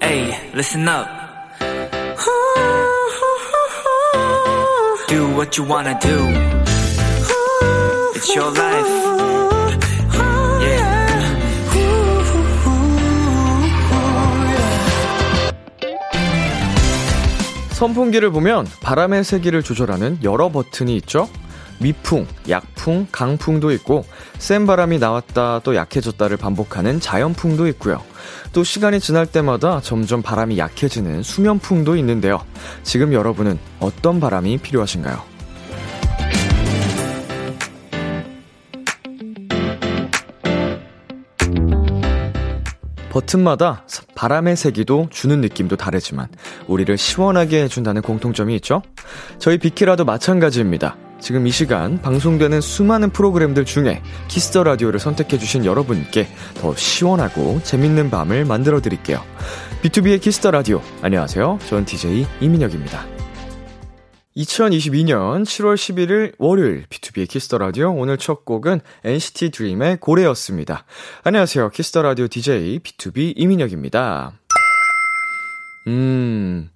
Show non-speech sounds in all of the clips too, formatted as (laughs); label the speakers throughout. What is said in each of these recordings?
Speaker 1: Hey, listen up. Do what you wanna do. It's your life.
Speaker 2: 선풍기를 보면 바람의 세기를 조절하는 여러 버튼이 있죠. 미풍, 약풍, 강풍도 있고 센 바람이 나왔다 또 약해졌다를 반복하는 자연풍도 있고요. 또 시간이 지날 때마다 점점 바람이 약해지는 수면풍도 있는데요. 지금 여러분은 어떤 바람이 필요하신가요? 버튼마다 바람의 세기도 주는 느낌도 다르지만 우리를 시원하게 해준다는 공통점이 있죠? 저희 비키라도 마찬가지입니다. 지금 이 시간 방송되는 수많은 프로그램들 중에 키스터 라디오를 선택해주신 여러분께 더 시원하고 재밌는 밤을 만들어 드릴게요. B2B의 키스터 라디오. 안녕하세요. 저는 DJ 이민혁입니다. 2022년 7월 11일 월요일 B2B의 키스터 라디오 오늘 첫 곡은 NCT DREAM의 고래였습니다. 안녕하세요. 키스터 라디오 DJ B2B 이민혁입니다. 음.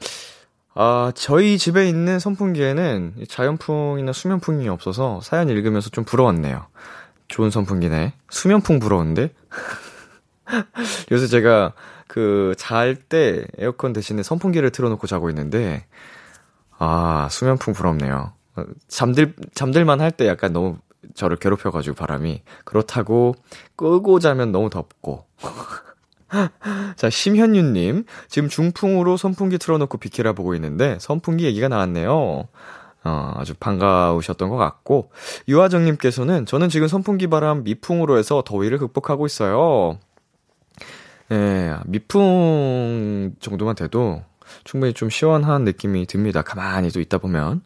Speaker 2: 아, 저희 집에 있는 선풍기에는 자연풍이나 수면풍이 없어서 사연 읽으면서 좀 부러웠네요. 좋은 선풍기네. 수면풍 부러운데? (laughs) 요새 제가 그 잘 때 에어컨 대신에 선풍기를 틀어놓고 자고 있는데, 아, 수면풍 부럽네요. 잠들, 잠들만 할 때 약간 너무 저를 괴롭혀가지고 바람이. 그렇다고 끄고 자면 너무 덥고. (laughs) 자, 심현유님. 지금 중풍으로 선풍기 틀어놓고 비키라 보고 있는데, 선풍기 얘기가 나왔네요. 어, 아주 반가우셨던 것 같고, 유화정님께서는 저는 지금 선풍기 바람 미풍으로 해서 더위를 극복하고 있어요. 예, 미풍 정도만 돼도 충분히 좀 시원한 느낌이 듭니다. 가만히 또 있다 보면.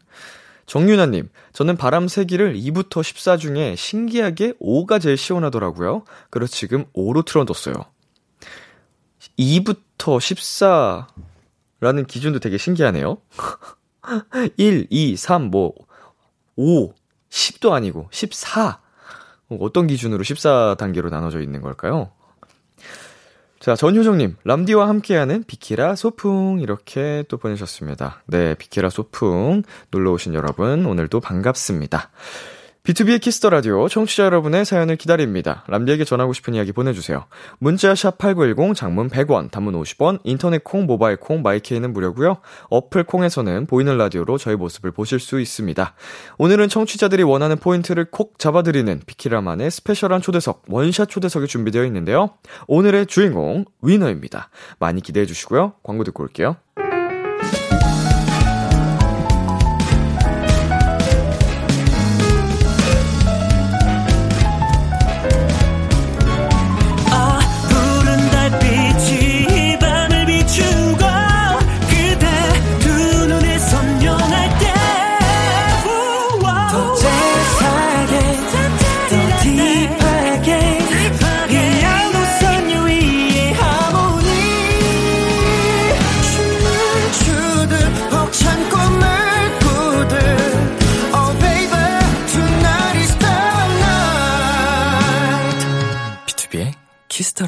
Speaker 2: 정윤아님, 저는 바람 세기를 2부터 14 중에 신기하게 5가 제일 시원하더라고요. 그래서 지금 5로 틀어뒀어요. 2부터 14라는 기준도 되게 신기하네요. (laughs) 1, 2, 3, 뭐, 5, 10도 아니고, 14. 어떤 기준으로 14단계로 나눠져 있는 걸까요? 자, 전효정님, 람디와 함께하는 비키라 소풍, 이렇게 또 보내셨습니다. 네, 비키라 소풍, 놀러오신 여러분, 오늘도 반갑습니다. B2B의 키스터 라디오 청취자 여러분의 사연을 기다립니다. 람디에게 전하고 싶은 이야기 보내주세요. 문자 샵 #8910 장문 100원, 단문 50원, 인터넷 콩, 모바일 콩, 마이케이는 무료고요. 어플 콩에서는 보이는 라디오로 저희 모습을 보실 수 있습니다. 오늘은 청취자들이 원하는 포인트를 콕 잡아드리는 비키라만의 스페셜한 초대석 원샷 초대석이 준비되어 있는데요. 오늘의 주인공 위너입니다. 많이 기대해 주시고요. 광고 듣고 올게요.
Speaker 3: Oh
Speaker 2: 키스터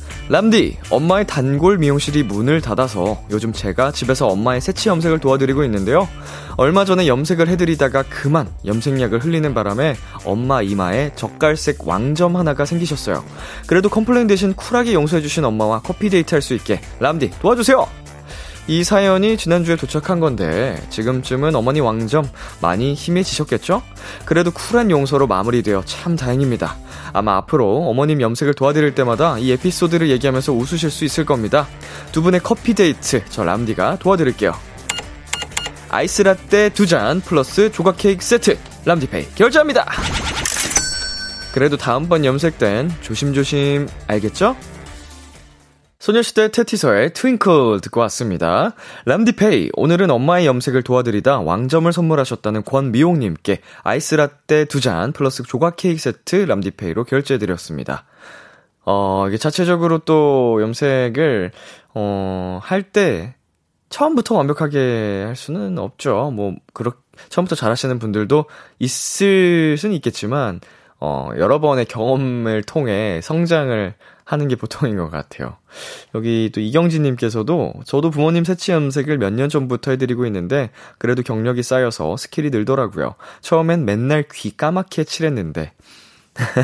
Speaker 2: 람디, 엄마의 단골 미용실이 문을 닫아서 요즘 제가 집에서 엄마의 새치 염색을 도와드리고 있는데요. 얼마 전에 염색을 해드리다가 그만 염색약을 흘리는 바람에 엄마 이마에 젓갈색 왕점 하나가 생기셨어요. 그래도 컴플레인 대신 쿨하게 용서해주신 엄마와 커피 데이트 할 수 있게 람디 도와주세요! 이 사연이 지난주에 도착한 건데 지금쯤은 어머니 왕점 많이 힘해지셨겠죠? 그래도 쿨한 용서로 마무리되어 참 다행입니다. 아마 앞으로 어머님 염색을 도와드릴 때마다 이 에피소드를 얘기하면서 웃으실 수 있을 겁니다. 두 분의 커피 데이트 저 람디가 도와드릴게요. 아이스 라떼 두 잔 플러스 조각 케이크 세트 람디페이 결제합니다. 그래도 다음번 염색 땐 조심조심 알겠죠? 소녀시대 테티서의 트윙클 듣고 왔습니다. 람디페이, 오늘은 엄마의 염색을 도와드리다 왕점을 선물하셨다는 권미용님께 아이스라떼 2잔 플러스 조각 케이크 세트 람디페이로 결제해드렸습니다. 어, 이게 자체적으로 또 염색을, 어, 할 때, 처음부터 완벽하게 할 수는 없죠. 뭐, 그렇, 처음부터 잘 하시는 분들도 있을 수는 있겠지만, 어, 여러 번의 경험을 통해 성장을 하는 게 보통인 것 같아요. 여기 또 이경진님께서도 저도 부모님 새치 염색을 몇 년 전부터 해드리고 있는데 그래도 경력이 쌓여서 스킬이 늘더라고요. 처음엔 맨날 귀 까맣게 칠했는데 (laughs)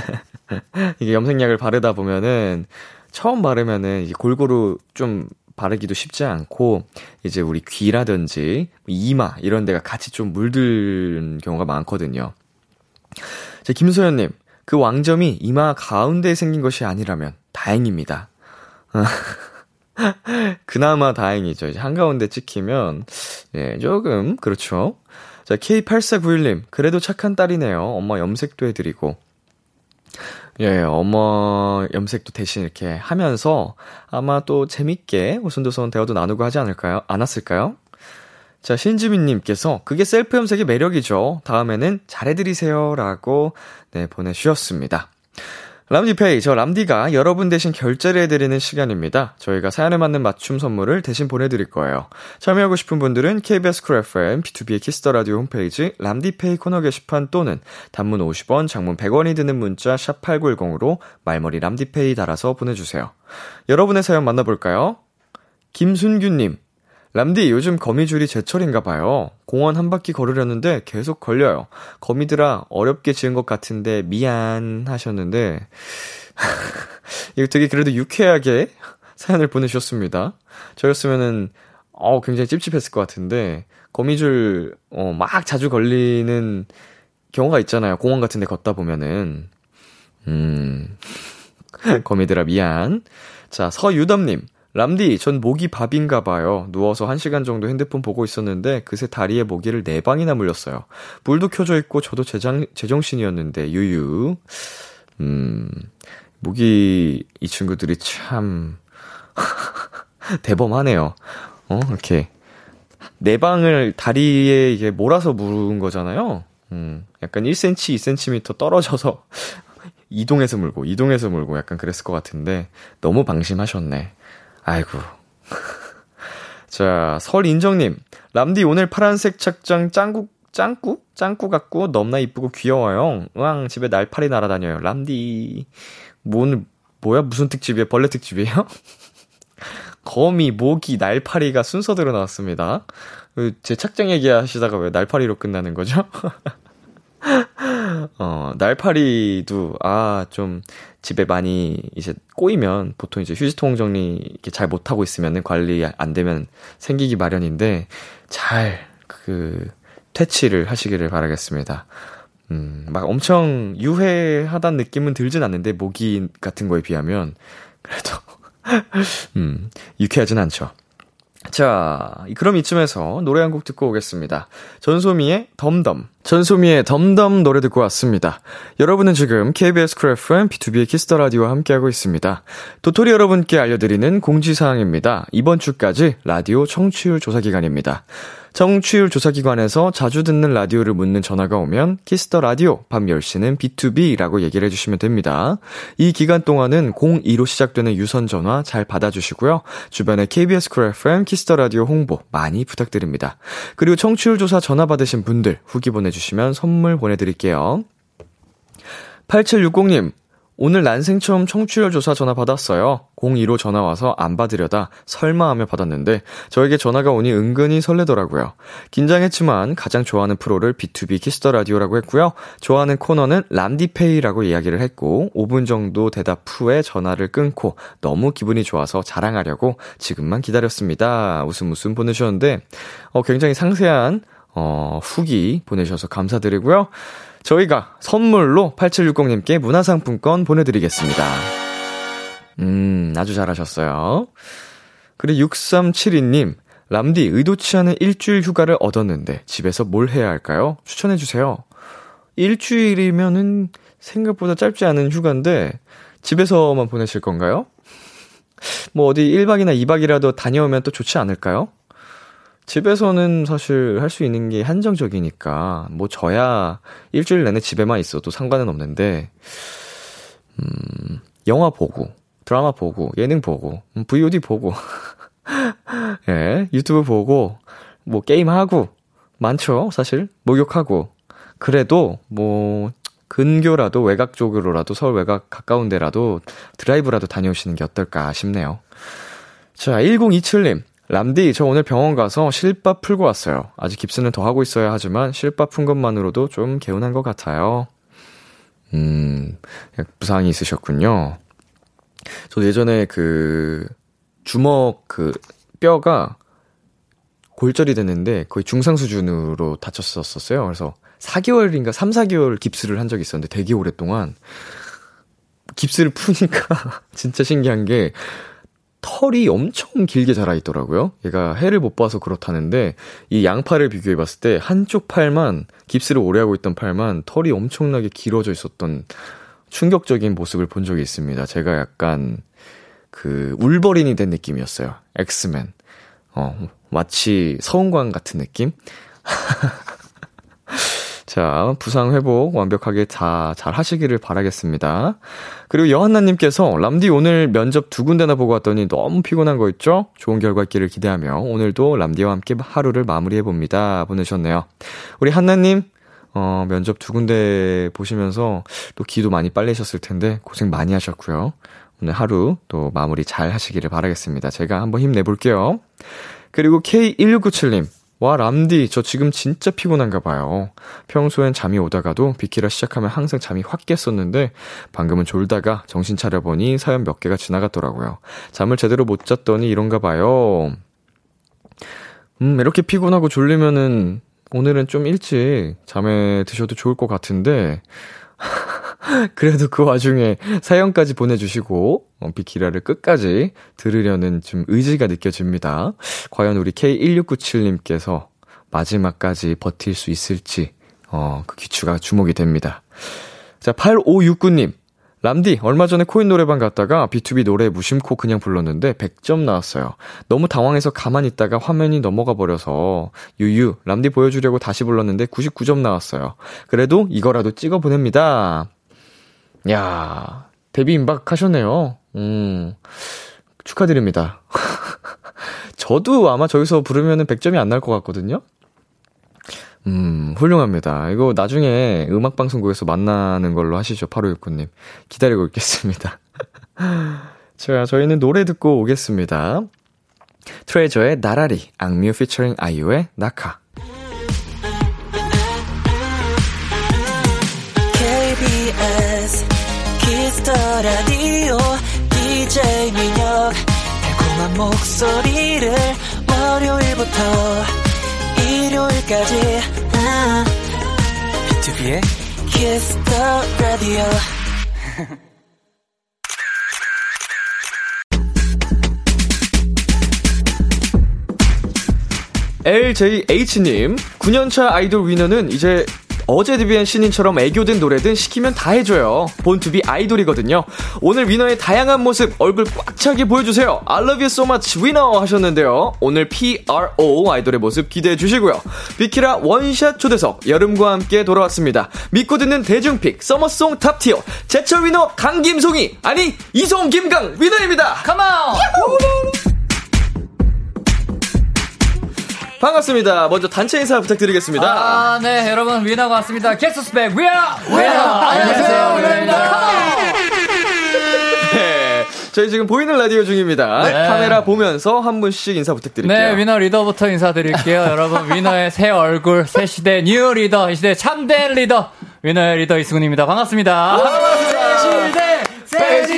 Speaker 2: 이게 염색약을 바르다 보면은 처음 바르면은 이게 골고루 좀 바르기도 쉽지 않고 이제 우리 귀라든지 뭐 이마 이런 데가 같이 좀 물든 경우가 많거든요. 자, 김소연님. 그 왕점이 이마 가운데에 생긴 것이 아니라면 다행입니다. (laughs) 그나마 다행이죠. 이제 한가운데 찍히면, 예, 조금, 그렇죠. 자, K8491님. 그래도 착한 딸이네요. 엄마 염색도 해드리고. 예, 엄마 염색도 대신 이렇게 하면서 아마 또 재밌게 오손도손 대화도 나누고 하지 않을까요? 않았을까요? 자, 신지민님께서 그게 셀프 염색의 매력이죠. 다음에는 잘해드리세요라고 네 보내주셨습니다. 람디페이 저 람디가 여러분 대신 결제를 해드리는 시간입니다. 저희가 사연에 맞는 맞춤 선물을 대신 보내드릴 거예요. 참여하고 싶은 분들은 KBS 쿨 FM, B2B의 키스터 라디오 홈페이지 람디페이 코너 게시판 또는 단문 50원, 장문 100원이 드는 문자 샵 #8910으로 말머리 람디페이 달아서 보내주세요. 여러분의 사연 만나볼까요? 김순규님, 람디 요즘 거미줄이 제철인가 봐요. 공원 한 바퀴 걸으려는데 계속 걸려요. 거미들아 어렵게 지은 것 같은데 미안 하셨는데 이거 되게 그래도 유쾌하게 사연을 보내주셨습니다. 저였으면은 어 굉장히 찝찝했을 것 같은데 거미줄 어막 자주 걸리는 경우가 있잖아요. 공원 같은데 걷다 보면은 음 (laughs) 거미들아 미안. 자, 서유담님. 람디, 전 모기 밥인가 봐요. 누워서 1시간 정도 핸드폰 보고 있었는데 그새 다리에 모기를 4방이나 물렸어요. 불도 켜져 있고 저도 제장, 제정신이었는데 유유. 음. 모기 이 친구들이 참 (laughs) 대범하네요. 어, 이렇게 네 방을 다리에 이게 몰아서 물은 거잖아요. 음. 약간 1cm, 2cm 떨어져서 (laughs) 이동해서 물고 이동해서 물고 약간 그랬을 것 같은데 너무 방심하셨네. 아이고. (laughs) 자, 설인정님. 람디 오늘 파란색 착장 짱구, 짱구? 짱구 같고 넘나 이쁘고 귀여워요. 으앙, 집에 날파리 날아다녀요. 람디. 뭐 오늘, 뭐야? 무슨 특집이에요? 벌레 특집이에요? (laughs) 거미, 모기, 날파리가 순서대로 나왔습니다. 으, 제 착장 얘기하시다가 왜 날파리로 끝나는 거죠? (laughs) 어, 날파리도, 아, 좀, 집에 많이 이제 꼬이면, 보통 이제 휴지통 정리 이렇게 잘 못하고 있으면은 관리 안 되면 생기기 마련인데, 잘, 그, 퇴치를 하시기를 바라겠습니다. 음, 막 엄청 유해하단 느낌은 들진 않는데, 모기 같은 거에 비하면, 그래도, (laughs) 음, 유쾌하진 않죠. 자, 그럼 이쯤에서 노래 한 곡 듣고 오겠습니다. 전소미의 덤덤. 전소미의 덤덤 노래 듣고 왔습니다. 여러분은 지금 KBS 크 FM B2B의 키스터 라디오와 함께하고 있습니다. 도토리 여러분께 알려드리는 공지사항입니다. 이번 주까지 라디오 청취율 조사 기간입니다. 청취율 조사기관에서 자주 듣는 라디오를 묻는 전화가 오면 키스터 라디오 밤 10시는 B2B라고 얘기를 해주시면 됩니다. 이 기간 동안은 02로 시작되는 유선 전화 잘 받아주시고요. 주변에 KBS 쿨 FM 키스터 라디오 홍보 많이 부탁드립니다. 그리고 청취율 조사 전화 받으신 분들 후기 보내주시면 선물 보내드릴게요. 8760님, 오늘 난생 처음 청취율 조사 전화 받았어요. 02로 전화 와서 안 받으려다 설마 하며 받았는데 저에게 전화가 오니 은근히 설레더라고요. 긴장했지만 가장 좋아하는 프로를 B2B 키스터 라디오라고 했고요. 좋아하는 코너는 람디페이라고 이야기를 했고 5분 정도 대답 후에 전화를 끊고 너무 기분이 좋아서 자랑하려고 지금만 기다렸습니다. 웃음 웃음 보내주셨는데 어, 굉장히 상세한 어, 후기 보내주셔서 감사드리고요. 저희가 선물로 8760님께 문화상품권 보내드리겠습니다. 음, 아주 잘하셨어요. 그리고 6372님, 람디 의도치 않은 일주일 휴가를 얻었는데 집에서 뭘 해야 할까요? 추천해주세요. 일주일이면은 생각보다 짧지 않은 휴가인데 집에서만 보내실 건가요? 뭐 어디 1박이나 2박이라도 다녀오면 또 좋지 않을까요? 집에서는 사실 할 수 있는 게 한정적이니까, 뭐 저야 일주일 내내 집에만 있어도 상관은 없는데, 음, 영화 보고, 드라마 보고, 예능 보고, 음, VOD 보고, (laughs) 예, 유튜브 보고, 뭐 게임하고, 많죠, 사실. 목욕하고. 그래도, 뭐, 근교라도 외곽 쪽으로라도 서울 외곽 가까운 데라도 드라이브라도 다녀오시는 게 어떨까 싶네요. 자, 1027님. 람디, 저 오늘 병원 가서 실밥 풀고 왔어요. 아직 깁스는 더 하고 있어야 하지만 실밥 푼 것만으로도 좀 개운한 것 같아요. 음, 부상이 있으셨군요. 저 예전에 그 주먹 그 뼈가 골절이 됐는데 거의 중상 수준으로 다쳤었어요. 그래서 4개월인가 3, 4개월 깁스를 한 적이 있었는데 되게 오랫동안 깁스를 푸니까 (laughs) 진짜 신기한 게 털이 엄청 길게 자라 있더라고요. 얘가 해를 못 봐서 그렇다는데 이 양팔을 비교해 봤을 때 한쪽 팔만 깁스를 오래 하고 있던 팔만 털이 엄청나게 길어져 있었던 충격적인 모습을 본 적이 있습니다. 제가 약간 그 울버린이 된 느낌이었어요. 엑스맨. 어, 마치 서운광 같은 느낌? (laughs) 자, 부상 회복 완벽하게 다 잘 하시기를 바라겠습니다. 그리고 여한나님께서 람디 오늘 면접 두 군데나 보고 왔더니 너무 피곤한 거 있죠? 좋은 결과 있기를 기대하며 오늘도 람디와 함께 하루를 마무리해봅니다. 보내셨네요. 우리 한나님, 어, 면접 두 군데 보시면서 또 기도 많이 빨리셨을 텐데 고생 많이 하셨고요. 오늘 하루 또 마무리 잘 하시기를 바라겠습니다. 제가 한번 힘내볼게요. 그리고 K1697님. 와, 람디, 저 지금 진짜 피곤한가 봐요. 평소엔 잠이 오다가도 비키라 시작하면 항상 잠이 확 깼었는데, 방금은 졸다가 정신 차려보니 사연 몇 개가 지나갔더라고요. 잠을 제대로 못 잤더니 이런가 봐요. 음, 이렇게 피곤하고 졸리면은, 오늘은 좀 일찍 잠에 드셔도 좋을 것 같은데, (laughs) 그래도 그 와중에 사연까지 보내주시고, 어, 비키라를 끝까지 들으려는 좀 의지가 느껴집니다. 과연 우리 K1697님께서 마지막까지 버틸 수 있을지, 어, 그 기추가 주목이 됩니다. 자, 8569님. 람디, 얼마 전에 코인 노래방 갔다가 B2B 노래 무심코 그냥 불렀는데 100점 나왔어요. 너무 당황해서 가만히 있다가 화면이 넘어가 버려서 유유, 람디 보여주려고 다시 불렀는데 99점 나왔어요. 그래도 이거라도 찍어 보냅니다. 야 데뷔 임박하셨네요. 음, 축하드립니다. (laughs) 저도 아마 저기서 부르면은 100점이 안 날 것 같거든요? 음, 훌륭합니다. 이거 나중에 음악방송국에서 만나는 걸로 하시죠. 8569님. 기다리고 있겠습니다. (laughs) 자, 저희는 노래 듣고 오겠습니다. 트레저의 나라리, 악뮤 피처링 아이유의 나카.
Speaker 3: KBS 키스터 라디오 DJ 민혁 달콤한 목소리를 월요일부터 일요일까지 아,
Speaker 4: 네.
Speaker 1: 튜비의
Speaker 3: 키스터 라디오
Speaker 2: LJH님, 9년차 아이돌 위너는 이제 어제 데뷔한 신인처럼 애교든 노래든 시키면 다 해줘요. 본투비 아이돌이거든요. 오늘 위너의 다양한 모습 얼굴 꽉 차게 보여주세요. I love you so much 위너 하셨는데요. 오늘 PRO 아이돌의 모습 기대해 주시고요. 비키라 원샷 초대석 여름과 함께 돌아왔습니다. 믿고 듣는 대중픽 서머송 탑티어 제철 위너 강김송이 아니 이송 김강 위너입니다. 가만. 반갑습니다. 먼저 단체 인사 부탁드리겠습니다.
Speaker 5: 아, 네, 여러분, 위너가 왔습니다. 캐스스백, 위너! 위너!
Speaker 2: 안녕하세요,
Speaker 5: 위너입니다.
Speaker 2: 네. 저희 지금 보이는 라디오 중입니다. 카메라 보면서 한 분씩 인사 부탁드릴게요.
Speaker 5: 네, 위너 리더부터 (laughs) 인사드릴게요. 여러분, 위너의 새 얼굴, 새 시대, 뉴 리더, 이 시대 참된 리더, 위너의 리더 이승훈입니다. 반갑습니다. 네.
Speaker 2: 반갑습니다.
Speaker 5: 새 시대! 새 시대!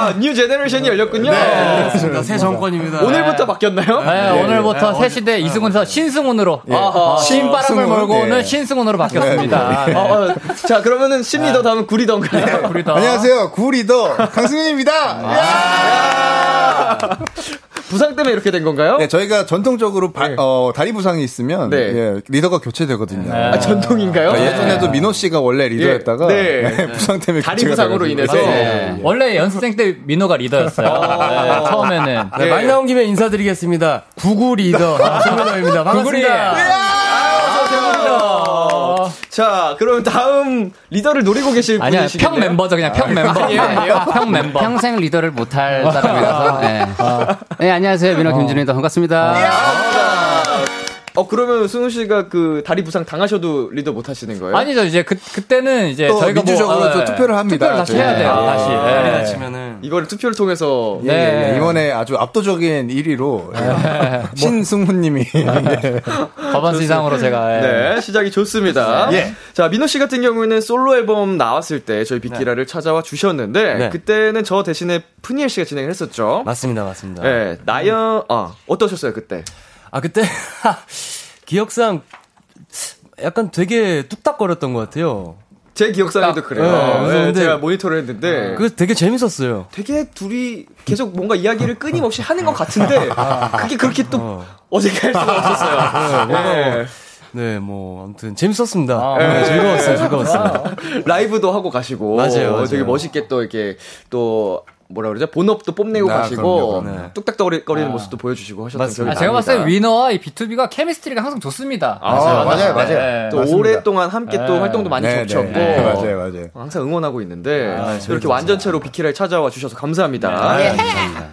Speaker 2: 아, 뉴 제너레이션이 열렸군요.
Speaker 6: 그러니까
Speaker 4: 맞습니다. 새 정권입니다.
Speaker 2: 오늘부터 바뀌었나요?
Speaker 5: 네, 오늘부터 새 시대 이승훈에서 신승훈으로,
Speaker 2: 아하.
Speaker 5: 어, 신바람을
Speaker 4: 승훈,
Speaker 5: 몰고
Speaker 4: 네.
Speaker 5: 오는 신승훈으로 바뀌었습니다.
Speaker 2: 어, 어, 자, 그러면은 신리더 다음은 구리던가요?
Speaker 5: 네. 우리 더.
Speaker 6: 아.
Speaker 4: 안녕하세요. 구리더 강승윤입니다. 야!
Speaker 2: 부상 때문에 이렇게 된 건가요?
Speaker 6: 네, 저희가 전통적으로 발- 어, 다리 부상이 있으면
Speaker 2: 네.
Speaker 6: 예, 리더가 교체되거든요.
Speaker 2: 아, 전통인가요?
Speaker 6: 그러니까 예전에도 민호 씨가 원래 리더였다가
Speaker 2: 예. 네.
Speaker 6: 네, 부상 때문에
Speaker 2: 다리
Speaker 6: 교체가
Speaker 2: 부상으로 인해서.
Speaker 6: 돼가지고. 네.
Speaker 2: 네.
Speaker 5: 원래 연습생 때 민호가 리더였어요. 네, 처음에는.
Speaker 4: 네, 말 나온 김에 인사드리겠습니다. 구구 리더
Speaker 5: (laughs)
Speaker 4: 정현호입니다. 반갑습니다.
Speaker 2: 아, 자, 그럼 다음 리더를 노리고 계실
Speaker 5: 아. 아니야,
Speaker 2: 분이시겠네요.
Speaker 5: 평 멤버죠, 그냥 평 멤버.
Speaker 2: 아니에요, 아니에요.
Speaker 5: 네, 평 멤버. 아.
Speaker 7: 평생 리더를 못할 사람이라서. 네. 네, 안녕하세요.
Speaker 5: 어.
Speaker 7: 민호 김준입니다. 반갑습니다.
Speaker 2: 어 그러면 승우 씨가 그 다리 부상 당하셔도 리더 못 하시는 거예요?
Speaker 5: 아니죠, 이제 그, 그때는 이제
Speaker 6: 또
Speaker 5: 저희가
Speaker 6: 민주적으로
Speaker 5: 뭐, 아,
Speaker 6: 또 투표를 합니다.
Speaker 5: 투표를 다시
Speaker 6: 저희가.
Speaker 5: 해야 돼요,
Speaker 6: 아.
Speaker 5: 다시. 네. 예.
Speaker 4: 네. 치면은
Speaker 2: 이거를 투표를 통해서
Speaker 6: 예, 예, 예. 이번에 아주 압도적인 1위로 (laughs) 신승훈님이
Speaker 5: 네. 법원수 이상으로 제가. 예.
Speaker 2: 네, 시작이 좋습니다.
Speaker 4: 네.
Speaker 2: 자, 민호 씨 같은 경우에는 솔로 앨범 나왔을 때 저희 빅키라를 찾아와 주셨는데
Speaker 4: 네.
Speaker 2: 그때는 저 대신에 푸니엘 씨가 진행을 했었죠.
Speaker 4: 맞습니다, 맞습니다.
Speaker 2: 네, 나연 아, 어떠셨어요, 그때?
Speaker 4: 아 그때 (laughs) 기억상 약간 되게 뚝딱거렸던 것 같아요.
Speaker 2: 제 기억상에도 그래요.
Speaker 4: 네,
Speaker 2: 네,
Speaker 4: 근데-
Speaker 2: 제가 모니터를 했는데
Speaker 4: 그 되게 재밌었어요.
Speaker 2: 되게 둘이 계속 뭔가 이야기를 끊임없이 하는 것
Speaker 4: (laughs)
Speaker 2: 같은데
Speaker 4: 아.
Speaker 2: 그게 그렇게 또 어색할 수가 없었어요. 네.
Speaker 4: 네, 뭐 아무튼 재밌었습니다. 네, 즐거웠어요, 즐거웠어요.
Speaker 2: (laughs) 라이브도 하고 가시고
Speaker 4: 맞아요, 맞아요.
Speaker 2: 되게 멋있게 또 이렇게 또 뭐라 그러죠 본업도 뽐내고
Speaker 6: 아,
Speaker 2: 가시고
Speaker 6: 그럼요, 그럼요.
Speaker 2: 뚝딱거리는 모습도 보여주시고 하셨던
Speaker 4: 맞습니다.
Speaker 2: 기억이
Speaker 5: 아, 제가
Speaker 2: 납니다.
Speaker 5: 봤을 때 위너와 이 B2B가 케미스트리가 항상 좋습니다.
Speaker 6: 맞아요, 맞아요, 맞아요.
Speaker 5: 네.
Speaker 2: 또
Speaker 6: 맞습니다.
Speaker 2: 오랫동안 함께 또 활동도 많이
Speaker 6: 네,
Speaker 2: 겹쳤고
Speaker 6: 네, 네, 맞아요, 맞아요.
Speaker 2: 항상 응원하고 있는데 이렇게 완전체로 비키라에 찾아와 주셔서 감사합니다.
Speaker 5: 예.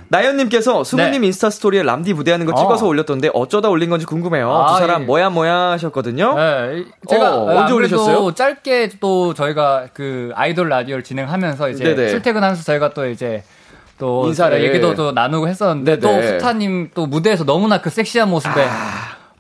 Speaker 2: 나연님께서 수모님
Speaker 5: 네.
Speaker 2: 인스타 스토리에 람디 무대하는 거 찍어서 올렸던데 어쩌다 올린 건지 궁금해요. 두
Speaker 5: 아,
Speaker 2: 사람
Speaker 5: 예.
Speaker 2: 뭐야 뭐야 하셨거든요.
Speaker 5: 네, 제가
Speaker 2: 어,
Speaker 5: 어,
Speaker 2: 언제
Speaker 5: 언제
Speaker 2: 올리셨어요?
Speaker 5: 올리셨어요? 짧게 또 저희가 그 아이돌 라디오를 진행하면서 이제
Speaker 2: 네네.
Speaker 5: 출퇴근하면서 저희가 또 이제 또
Speaker 2: 인사를.
Speaker 5: 얘기도 또 나누고 했었는데
Speaker 2: 네네.
Speaker 5: 또 수타님 또 무대에서 너무나 그 섹시한 모습에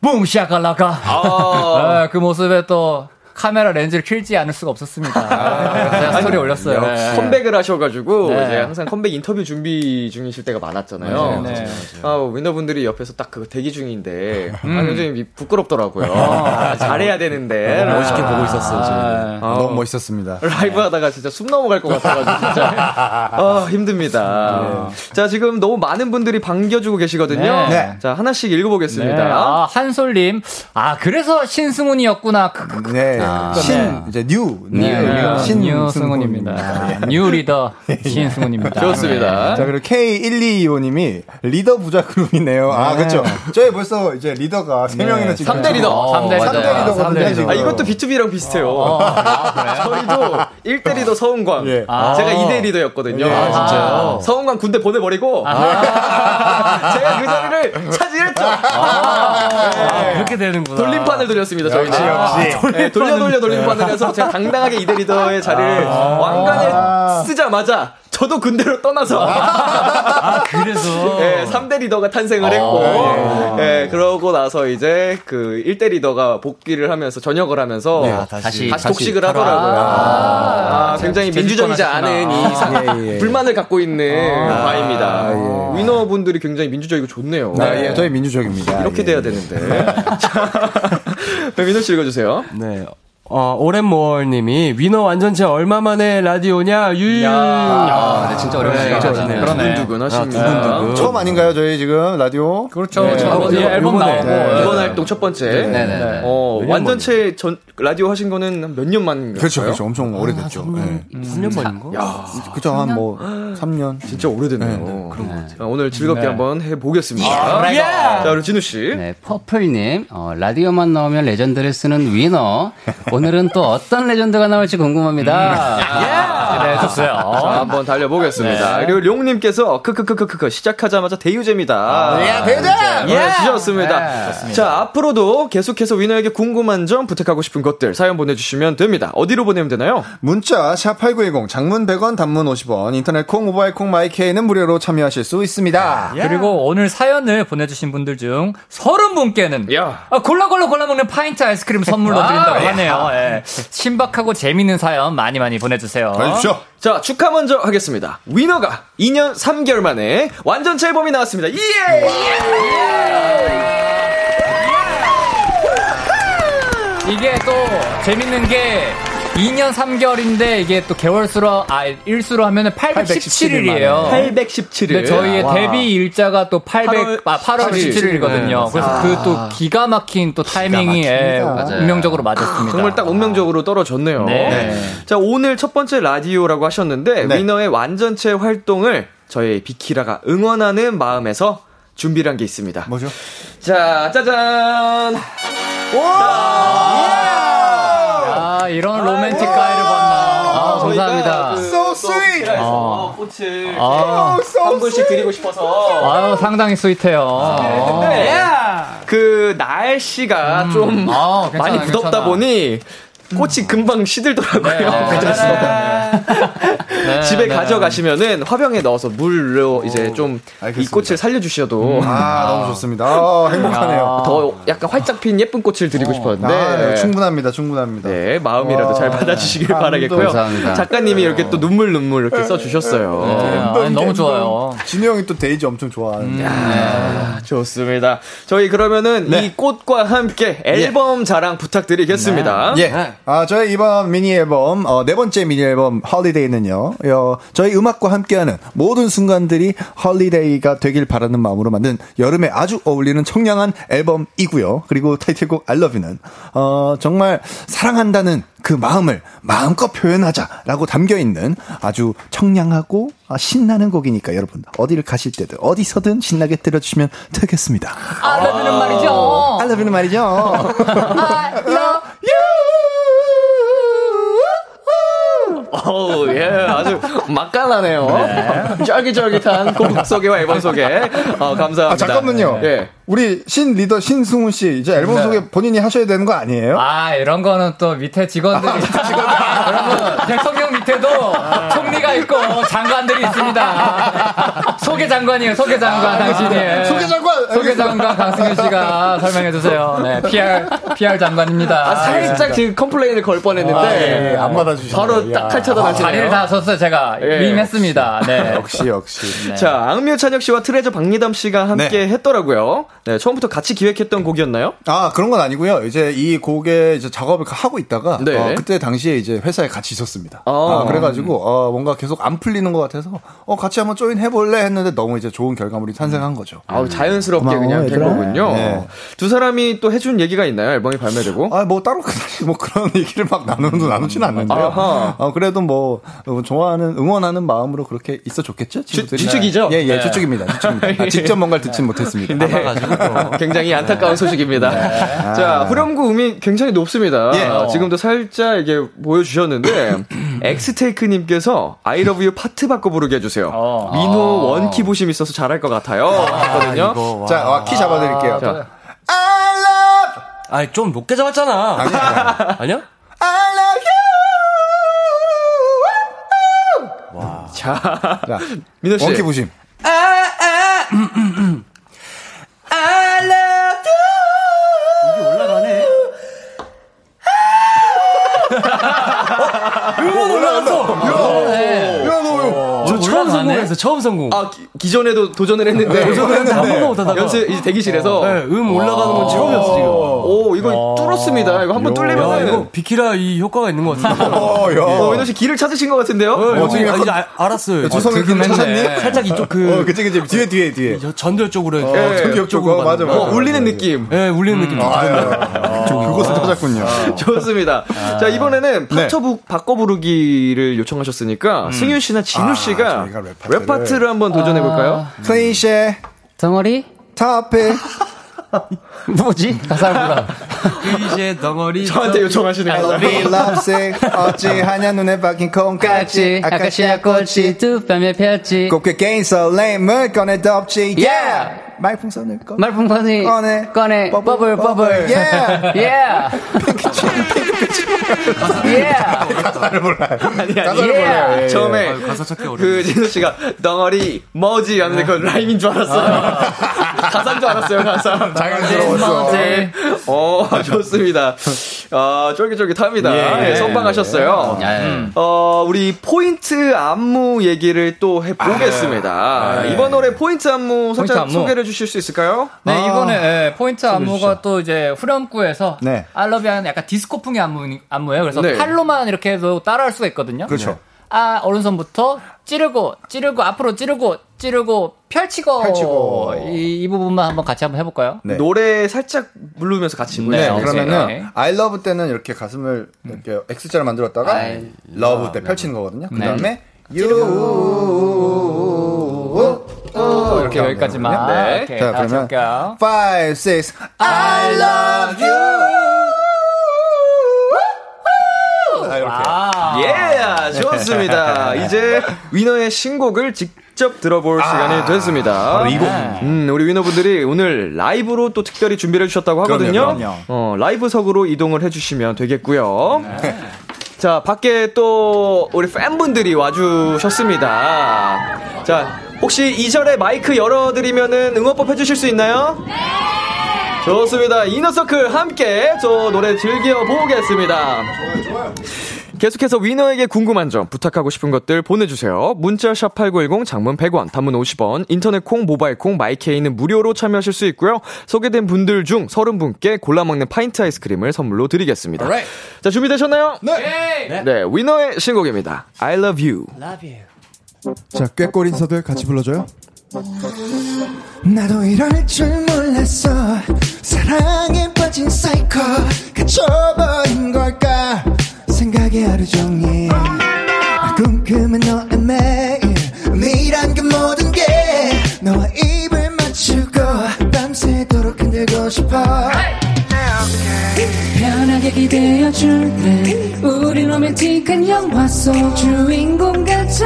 Speaker 5: 뭉샤갈라가
Speaker 2: 아.
Speaker 5: (laughs) 네, 그 모습에 또 카메라 렌즈를 킬지 않을 수가 없었습니다.
Speaker 2: 아.
Speaker 5: 제가 스토리 올렸어요. 네.
Speaker 2: 컴백을 하셔가지고
Speaker 5: 네.
Speaker 2: 이제 항상 컴백 인터뷰 준비 중이실 때가 많았잖아요.
Speaker 5: 맞아요, 맞아요,
Speaker 2: 아 위너분들이 옆에서 딱 그거 대기 중인데 아, 굉장히 미- 부끄럽더라고요. 아, 잘해야 되는데 아,
Speaker 4: 멋있게 보고 있었어요, 저는.
Speaker 5: 네.
Speaker 6: 너무 멋있었습니다.
Speaker 2: 라이브 하다가 진짜 숨 넘어갈 것 같아가지고 진짜 아, 힘듭니다. 자 지금 너무 많은 분들이 반겨주고 계시거든요.
Speaker 5: 네. 네.
Speaker 2: 자 하나씩 읽어보겠습니다.
Speaker 5: 네. 아, 한솔님. 아, 그래서 신승훈이었구나. 그 크크.
Speaker 6: 네, 신 이제 뉴,
Speaker 5: 아,
Speaker 6: 뉴,
Speaker 5: 네, 신승훈입니다. 뉴 리더 신승훈입니다. 네.
Speaker 2: 좋습니다.
Speaker 6: 자, 그리고 K1225님이 리더 부자 그룹이네요. 아, 그쵸. 저희 벌써 이제 리더가 세명이나 지금.
Speaker 2: 네. 삼대 리더.
Speaker 6: 어,
Speaker 5: 삼대
Speaker 6: 삼대
Speaker 5: 리더.
Speaker 6: 리더거든요,
Speaker 5: 삼대
Speaker 6: 지금.
Speaker 2: 아, 이것도 B2B랑 비슷해요. 아, (laughs) 저희도 1대 리더 서운광.
Speaker 6: 예.
Speaker 2: 제가 2대 리더였거든요.
Speaker 6: 아,
Speaker 2: 예, 진짜요? 서운광 군대 보내버리고. (laughs) 제가 그 자리를 차지했죠. 예.
Speaker 4: 아, 그렇게 되는구나.
Speaker 2: 네. 돌림판을 돌렸습니다, 저희는. 네, 돌려 돌려 돌림판을 아. 해서 제가 당당하게 2대 리더의 자리를 왕관을 쓰자마자 저도 군대로 떠나서. 아.
Speaker 4: 그래서
Speaker 2: (laughs) 예, 3대 리더가 탄생을 했고, 아, 예, 그러고 나서 이제 그 1대 리더가 복귀를 하면서 전역을 하면서
Speaker 6: 아,
Speaker 7: 다시.
Speaker 2: 아, 다시 독식을 하더라고요. 아, 굉장히 민주적이지 않은 이 상- 불만을 갖고 있는 바입니다. 위너분들이 굉장히 민주적이고 좋네요.
Speaker 6: 아, 예, 저희 민주적입니다.
Speaker 2: 이렇게
Speaker 6: 예.
Speaker 2: 돼야 되는데. 자, 민호 씨 읽어주세요.
Speaker 4: 네. 어, 오랜모얼님이 위너 완전체 얼마 만에 라디오냐 유유.
Speaker 7: 아, 네, 진짜 오랜만에
Speaker 4: 음. 네,
Speaker 7: 얘기하셨네요.
Speaker 4: 그러네요.
Speaker 2: 두근두근 하십니다.
Speaker 4: 두근두근.
Speaker 6: 처음 아닌가요, 저희 지금 라디오?
Speaker 5: 그렇죠. 저
Speaker 4: 네.
Speaker 5: 예, 앨범
Speaker 4: 요번에.
Speaker 5: 나오고.
Speaker 6: 네.
Speaker 2: 이번 활동 첫 번째.
Speaker 7: 네네네.
Speaker 2: 어, 완전체 전, 라디오 하신 거는 몇 년 만인가요?
Speaker 6: 그렇죠, 그렇죠.
Speaker 5: 아,
Speaker 6: 엄청 오래됐죠. 예.
Speaker 4: 3년 만인가?
Speaker 6: 그쵸, 한 뭐, 3년.
Speaker 2: 진짜 오래됐네요. 그런 것 같아요. 오늘 즐겁게 한번 해보겠습니다.
Speaker 7: 브라이거.
Speaker 2: 자, 그럼 진우 씨.
Speaker 7: 네, 퍼플님, 어, 라디오만 나오면 레전드를 쓰는 위너. 오늘은 또 어떤 레전드가 나올지 궁금합니다.
Speaker 5: 네, 좋어요
Speaker 2: 자, 한번 달려보겠습니다. 그리고 룡님께서 크크크크크크 시작하자마자 대유제입니다. 예, 대유제! 예, 지셨습니다. 자, 앞으로도 계속해서 위너에게 궁금한 점 부탁하고 싶은 것들 사연 보내주시면 됩니다. 어디로 보내면 되나요?
Speaker 6: 문자 샵8910 장문 100원 단문 50원 인터넷 콩 모바일 콩 마이케이는 무료로 참여하실 수 있습니다.
Speaker 5: 그리고 오늘 사연을 보내주신 분들 중 서른 분께는
Speaker 2: 야.
Speaker 5: 아, 골라 골라 골라 먹는 파인트 아이스크림 선물로 드린다고 하네요. 예. 신박하고 재밌는 사연 많이 많이 보내주세요.
Speaker 6: 알죠?
Speaker 2: 자, 축하 먼저 하겠습니다. 위너가 2년 3개월 만에 완전체 앨범이 나왔습니다. 예!
Speaker 5: 이게 또 재밌는 게 2년 3개월인데 이게 또 개월수로 아 일수로 하면은 817일이에요.
Speaker 2: 817일.
Speaker 5: 근데 저희의 데뷔 일자가 또 800,
Speaker 2: 8월,
Speaker 5: 아, 8월 17일이거든요. 그래서 그 또 기가 막힌 또 타이밍이 예, 운명적으로 맞았습니다.
Speaker 2: 정말 딱 운명적으로 떨어졌네요.
Speaker 5: 아. 네.
Speaker 2: 자, 오늘 첫 번째 라디오라고 하셨는데
Speaker 6: 네.
Speaker 2: 위너의 완전체 활동을 저희 비키라가 응원하는 마음에서 준비를 한 게 있습니다.
Speaker 6: 뭐죠?
Speaker 2: 자, 짜잔.
Speaker 5: 아, 이런 로맨틱 가이를 봤나.
Speaker 7: 아, 감사합니다.
Speaker 6: So sweet.
Speaker 2: 그 꽃을
Speaker 5: 아,
Speaker 2: 한 분씩 드리고 싶어서 네.
Speaker 5: 아유, 상당히 스윗해요. 어.
Speaker 2: 그 날씨가 좀
Speaker 5: 아, 괜찮아,
Speaker 2: 많이 굳었다
Speaker 5: 괜찮아.
Speaker 2: 보니 꽃이 금방 시들더라고요. (laughs)
Speaker 5: 네. 네,
Speaker 2: 집에
Speaker 5: 네.
Speaker 2: 가져가시면은 화병에 넣어서 물로 이제 좀 이
Speaker 6: 알겠습니다.
Speaker 2: 꽃을 살려주셔도
Speaker 5: 음.
Speaker 6: 아, 너무 좋습니다. 아, 행복하네요.
Speaker 2: 더 약간 활짝 핀 예쁜 꽃을 드리고 싶었는데
Speaker 6: 아, 네, 충분합니다. 충분합니다.
Speaker 2: 네, 마음이라도 잘 받아주시길 바라겠고요.
Speaker 7: 감사합니다.
Speaker 2: 작가님이 이렇게 또 눈물 눈물 이렇게 써주셨어요.
Speaker 5: 네, 아니, 너무 좋아요. 음.
Speaker 6: 진우 형이 또 데이지 엄청 좋아하는데.
Speaker 2: 아, 좋습니다. 저희 그러면은 이 꽃과 함께 앨범 자랑 부탁드리겠습니다.
Speaker 6: 예. 아, 저희 이번 미니 앨범, 어, 네 번째 미니 앨범, 헐리데이는요, 어, 저희 음악과 함께하는 모든 순간들이 헐리데이가 되길 바라는 마음으로 만든 여름에 아주 어울리는 청량한 앨범이고요. 그리고 타이틀곡 I love you는, 어, 정말 사랑한다는 그 마음을 마음껏 표현하자라고 담겨 있는 아주 청량하고 아, 신나는 곡이니까 여러분, 어디를 가실 때든, 어디서든 신나게 들어주시면 되겠습니다.
Speaker 5: 아, 라는 말이죠.
Speaker 6: I love you는 말이죠.
Speaker 2: 어우, 예, 아주 맛깔나네요. 쫄깃쫄깃한 곡 소개와 앨범 소개. 어, 감사합니다.
Speaker 6: 아, 잠깐만요.
Speaker 2: 예.
Speaker 6: 우리 신 리더 신승훈 씨 이제 앨범 소개 본인이 하셔야 되는 거 아니에요?
Speaker 5: 아, 이런 거는 또 밑에 직원들이. 여러분, 대통령 밑에도 총리가 있고 장관들이 있습니다. 소개 장관이에요, 소개 장관, 당신이.
Speaker 6: 아, 소개 장관.
Speaker 5: 아, 네. 소개 장관 강승윤 씨가 설명해 주세요. 네, PR, PR 장관입니다.
Speaker 2: 아, 살짝 지금 컴플레인을 걸 뻔했는데
Speaker 6: 안 아, 예, 받아주시네.
Speaker 2: 바로 딱 칼차단하시네요.
Speaker 5: 자리를 다 썼어요, 제가.
Speaker 2: 예.
Speaker 5: 위임했습니다. 네.
Speaker 6: 역시 역시.
Speaker 2: 자, 악뮤 찬혁 씨와 트레저 박리담
Speaker 6: 네.
Speaker 2: 씨가 함께 했더라고요. 네, 처음부터 같이 기획했던 곡이었나요?
Speaker 6: 아 그런 건 아니고요. 이제 이 곡에 이제 작업을 하고 있다가
Speaker 2: 네.
Speaker 6: 어, 그때 당시에 이제 회사에 같이 있었습니다.
Speaker 2: 아.
Speaker 6: 아, 그래가지고 어, 뭔가 계속 안 풀리는 것 같아서 어, 같이 한번 조인 해볼래 했는데 너무 이제 좋은 결과물이 탄생한 거죠.
Speaker 2: 아우, 자연스럽게
Speaker 6: 고마워,
Speaker 2: 그냥 된
Speaker 6: 얘들아.
Speaker 2: 거군요.
Speaker 6: 네.
Speaker 2: 두 사람이 또 해준 얘기가 있나요? 앨범이 발매되고?
Speaker 6: 아 뭐 따로 사실 뭐 그런 얘기를 막 나누는 나누지는 않는데요.
Speaker 2: 아하.
Speaker 6: 어, 그래도 뭐 어, 좋아하는 응원하는 마음으로 그렇게 있어 줬겠죠? 친구들이.
Speaker 2: 주- 주축이죠?
Speaker 6: 예예 추측입니다. 추측입니다. 아, 직접 뭔가를 듣진 못했습니다.
Speaker 2: 네. 굉장히 안타까운 소식입니다. (laughs)
Speaker 4: 네.
Speaker 2: 자, 후렴구 음이 굉장히 높습니다.
Speaker 6: 예.
Speaker 2: 어, 지금도 살짝 이게
Speaker 4: (clears throat)
Speaker 2: 보여주셨는데, 엑스테이크님께서 I love you 파트 바꿔 부르게 해주세요.
Speaker 5: 어.
Speaker 4: 아.
Speaker 2: 민호 원키보심 있어서 잘할 것 같아요. 했거든요.
Speaker 6: 자, 와, 키 잡아드릴게요.
Speaker 2: 자,
Speaker 6: I love,
Speaker 4: 아니, 좀 높게 잡았잖아. 아니야?
Speaker 6: I love
Speaker 2: 자,
Speaker 6: you.
Speaker 2: 민호
Speaker 6: 자,
Speaker 2: 씨.
Speaker 6: 원키 부심.
Speaker 4: 저 처음 성공했어, 처음 성공.
Speaker 2: 아, 기- 기존에도 도전을 했는데.
Speaker 4: 네. 아무도 못하다가.
Speaker 2: 연습, 이제 대기실에서.
Speaker 4: 네, 음 올라가는 건 처음이었어, 지금. 어.
Speaker 2: 오, 이거 뚫었습니다. 이거 한번
Speaker 4: 야,
Speaker 2: 뚫리면.
Speaker 4: 이거 비키라 이 효과가 있는 것 같아.
Speaker 6: 어,
Speaker 2: 네. 어,
Speaker 6: 야.
Speaker 2: 민호 씨 길을 찾으신 것 같은데요?
Speaker 4: 어,
Speaker 6: 지금
Speaker 4: 아,
Speaker 6: 약간-
Speaker 4: 이제 아- 알았어요.
Speaker 6: 조성이 그럼 찾았니?
Speaker 4: 살짝 이쪽
Speaker 6: 어,
Speaker 4: 그,
Speaker 6: 그치, 그치. 뒤에, 뒤에, 뒤에.
Speaker 4: 저 전두엽 쪽으로 이렇게.
Speaker 2: 예.
Speaker 6: 전기역 쪽, 어,
Speaker 4: 네.
Speaker 6: 맞아, 맞아.
Speaker 2: 어, 울리는 느낌.
Speaker 4: 예, 울리는 느낌.
Speaker 6: 아, 예, 예. 그곳을 찾았군요.
Speaker 2: 좋습니다.
Speaker 6: 아.
Speaker 2: 자, 이번에는
Speaker 6: 네.
Speaker 2: 파쳐북 바꿔 부르기를 요청하셨으니까 승윤 씨나 진우
Speaker 6: 아,
Speaker 2: 씨가
Speaker 6: 저희가 랩 파트를- 아.
Speaker 2: 랩 파트를 한번 도전해 볼까요?
Speaker 6: 클레이셰,
Speaker 7: 덩어리?
Speaker 6: 타페.
Speaker 7: 뭐지? 가사를 불러.
Speaker 4: 이제 덩어리.
Speaker 2: 저한테 요청하시는 거예요.
Speaker 6: 우리 랍색 어찌하냐 눈에 박힌
Speaker 7: 같이
Speaker 6: 콩깍지
Speaker 7: 아카시아 꽃이 두 뺨에 폈지.
Speaker 6: 곱게 게임 설렘을 꺼내 덮지
Speaker 7: 예!
Speaker 6: 말풍선을 꺼내
Speaker 7: 말풍선이
Speaker 6: 꺼내.
Speaker 7: 꺼내 버블
Speaker 6: 버블, (laughs)
Speaker 7: 버블.
Speaker 6: 예!
Speaker 7: 예. 핑크빛 예.
Speaker 6: 가사를 몰라요. 가사를
Speaker 2: 예.
Speaker 6: 몰라요. 예,
Speaker 2: (laughs) 처음에
Speaker 4: 아유, 가사 찾기 어렵네.
Speaker 2: 그 진우 씨가 덩어리 머지 하는데 그건 라임인 줄 알았어요. 가사인 줄 알았어요, 가사.
Speaker 6: 아. 자연스러웠어.
Speaker 2: 네. 어, 좋습니다. 아, 쫄깃쫄깃합니다.
Speaker 6: 예. 아, 네.
Speaker 2: 예, 선방하셨어요.
Speaker 7: 야, 야, 야.
Speaker 2: 어, 우리 포인트 안무 얘기를 또 해보겠습니다.
Speaker 6: 아, 네.
Speaker 2: 이번 노래 포인트 안무 살짝
Speaker 5: 포인트 안무.
Speaker 2: 소개를 해주실 수 있을까요?
Speaker 5: 네,
Speaker 6: 아.
Speaker 5: 이거는 예, 포인트 안무가 또 이제 후렴구에서
Speaker 6: 네.
Speaker 5: 알러비아는 약간 디스코풍의 안무, 안무예요. 그래서
Speaker 2: 네.
Speaker 5: 팔로만 이렇게 해도 따라할 수가 있거든요.
Speaker 6: 그렇죠.
Speaker 5: 네. 아, 오른손부터 찌르고, 찌르고, 앞으로 찌르고, 찌르고, 펼치고.
Speaker 6: 펼치고.
Speaker 5: 이, 이 부분만 한번 같이 한번 해볼까요?
Speaker 6: 네.
Speaker 2: 노래 살짝 부르면서 같이
Speaker 5: 네,
Speaker 2: 불러요.
Speaker 5: 그럼-
Speaker 6: 그러면은
Speaker 5: 네.
Speaker 6: I love 때는 이렇게 가슴을 이렇게 X자를 만들었다가
Speaker 7: I
Speaker 6: love 때 펼치는 거거든요.
Speaker 5: 네.
Speaker 6: 그다음에
Speaker 2: 네.
Speaker 6: you
Speaker 5: 이렇게 여기까지만.
Speaker 2: 네.
Speaker 5: 오케이,
Speaker 6: 자,
Speaker 5: 다 같이
Speaker 6: 그러면
Speaker 5: 할게요.
Speaker 6: five six I love you. 아, 이렇게.
Speaker 5: 아,
Speaker 2: 예,
Speaker 6: (laughs)
Speaker 2: 좋습니다. 이제 위너의 신곡을 직접 들어볼
Speaker 6: 아,
Speaker 2: 시간이 됐습니다. 음, 우리 위너분들이 오늘 라이브로 또 특별히 준비를 해주셨다고 하거든요.
Speaker 6: 그럼요, 그럼요.
Speaker 2: 어, 라이브석으로 이동을 해주시면 되겠고요.
Speaker 6: 네.
Speaker 2: 자, 밖에 또 우리 팬분들이 와주셨습니다. 자, 혹시 이절에 마이크 열어드리면은 응원법 해주실 수 있나요? 좋습니다. 이너서클 함께 저 노래 즐겨보겠습니다. 계속해서 위너에게 궁금한 점, 부탁하고 싶은 것들 보내주세요. 문자 샵 8910, 장문 100원, 단문 50원, 인터넷 콩, 모바일 콩, 마이케이는 무료로 참여하실 수 있고요. 소개된 분들 중 30분께 골라먹는 파인트 아이스크림을 선물로 드리겠습니다.
Speaker 6: Alright.
Speaker 2: 자, 준비되셨나요?
Speaker 6: 네.
Speaker 2: 네, 위너의 신곡입니다. I love you.
Speaker 6: 자, 꾀꼬리 인사들 같이 불러줘요.
Speaker 8: 나도 이럴 줄 몰랐어 사랑에 빠진 사이코 갇혀버린 걸까 생각에 하루 종일 꿈꾸면 너의 매일 내일한 그 모든 게 너와 입을 맞추고 밤새도록 흔들고 싶어
Speaker 9: 편하게 기대어줄래 우린 로맨틱한 영화 속 주인공 같아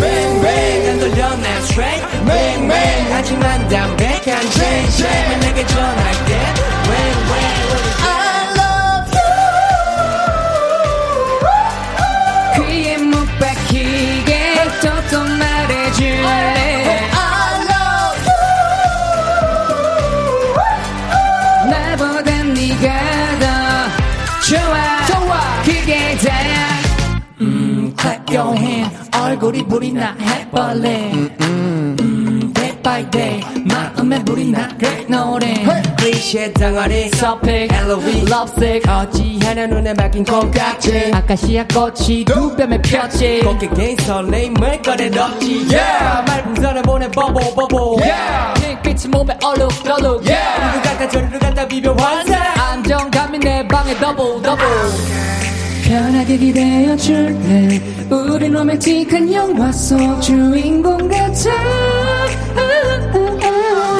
Speaker 3: 뱅뱅 안 돌려 내 트랙 뱅뱅 하지만 담백한 트랙 제발 내게 전할 때 뱅뱅
Speaker 9: 귀에 못 박히게 또또 말해줄래 나보단 네가 더 좋아 그게 다야 음 clap your hand 얼굴이 불이 나 해볼래 음 day by day 마음에 불이 나 great 노래
Speaker 3: 클리셰 덩어리
Speaker 9: 서픽
Speaker 3: LOV
Speaker 9: lovesick
Speaker 3: 어찌하냐 눈에 막힌 콩깍지
Speaker 9: 아카시아 꽃이 두 뺨에 폈지
Speaker 3: 고객인 설레임을 꺼내놓지 yeah 맑은 선을 보내 버보 버보 yeah
Speaker 9: 빛이 몸에 얼룩덜룩
Speaker 3: 이리로 갔다 저리로 갔다 비벼 환상
Speaker 9: 안정감이 내 방에 더블 더블 편하게 기대어줄래 우린 로맨틱한 영화 속 주인공 같아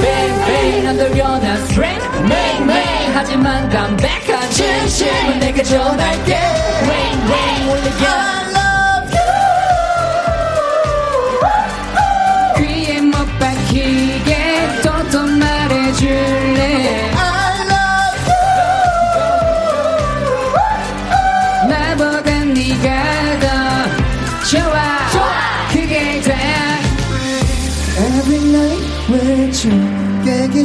Speaker 9: 뱅뱅 안 돌려나 스트레이트 맹맹 하지만 담백한 진심은 내게 전할게 뱅뱅 올리게 귀에 못 박히게 또또 말해줄래 나보단 네가 더 좋아, 그게 다야
Speaker 8: Every night 외쳐 깨기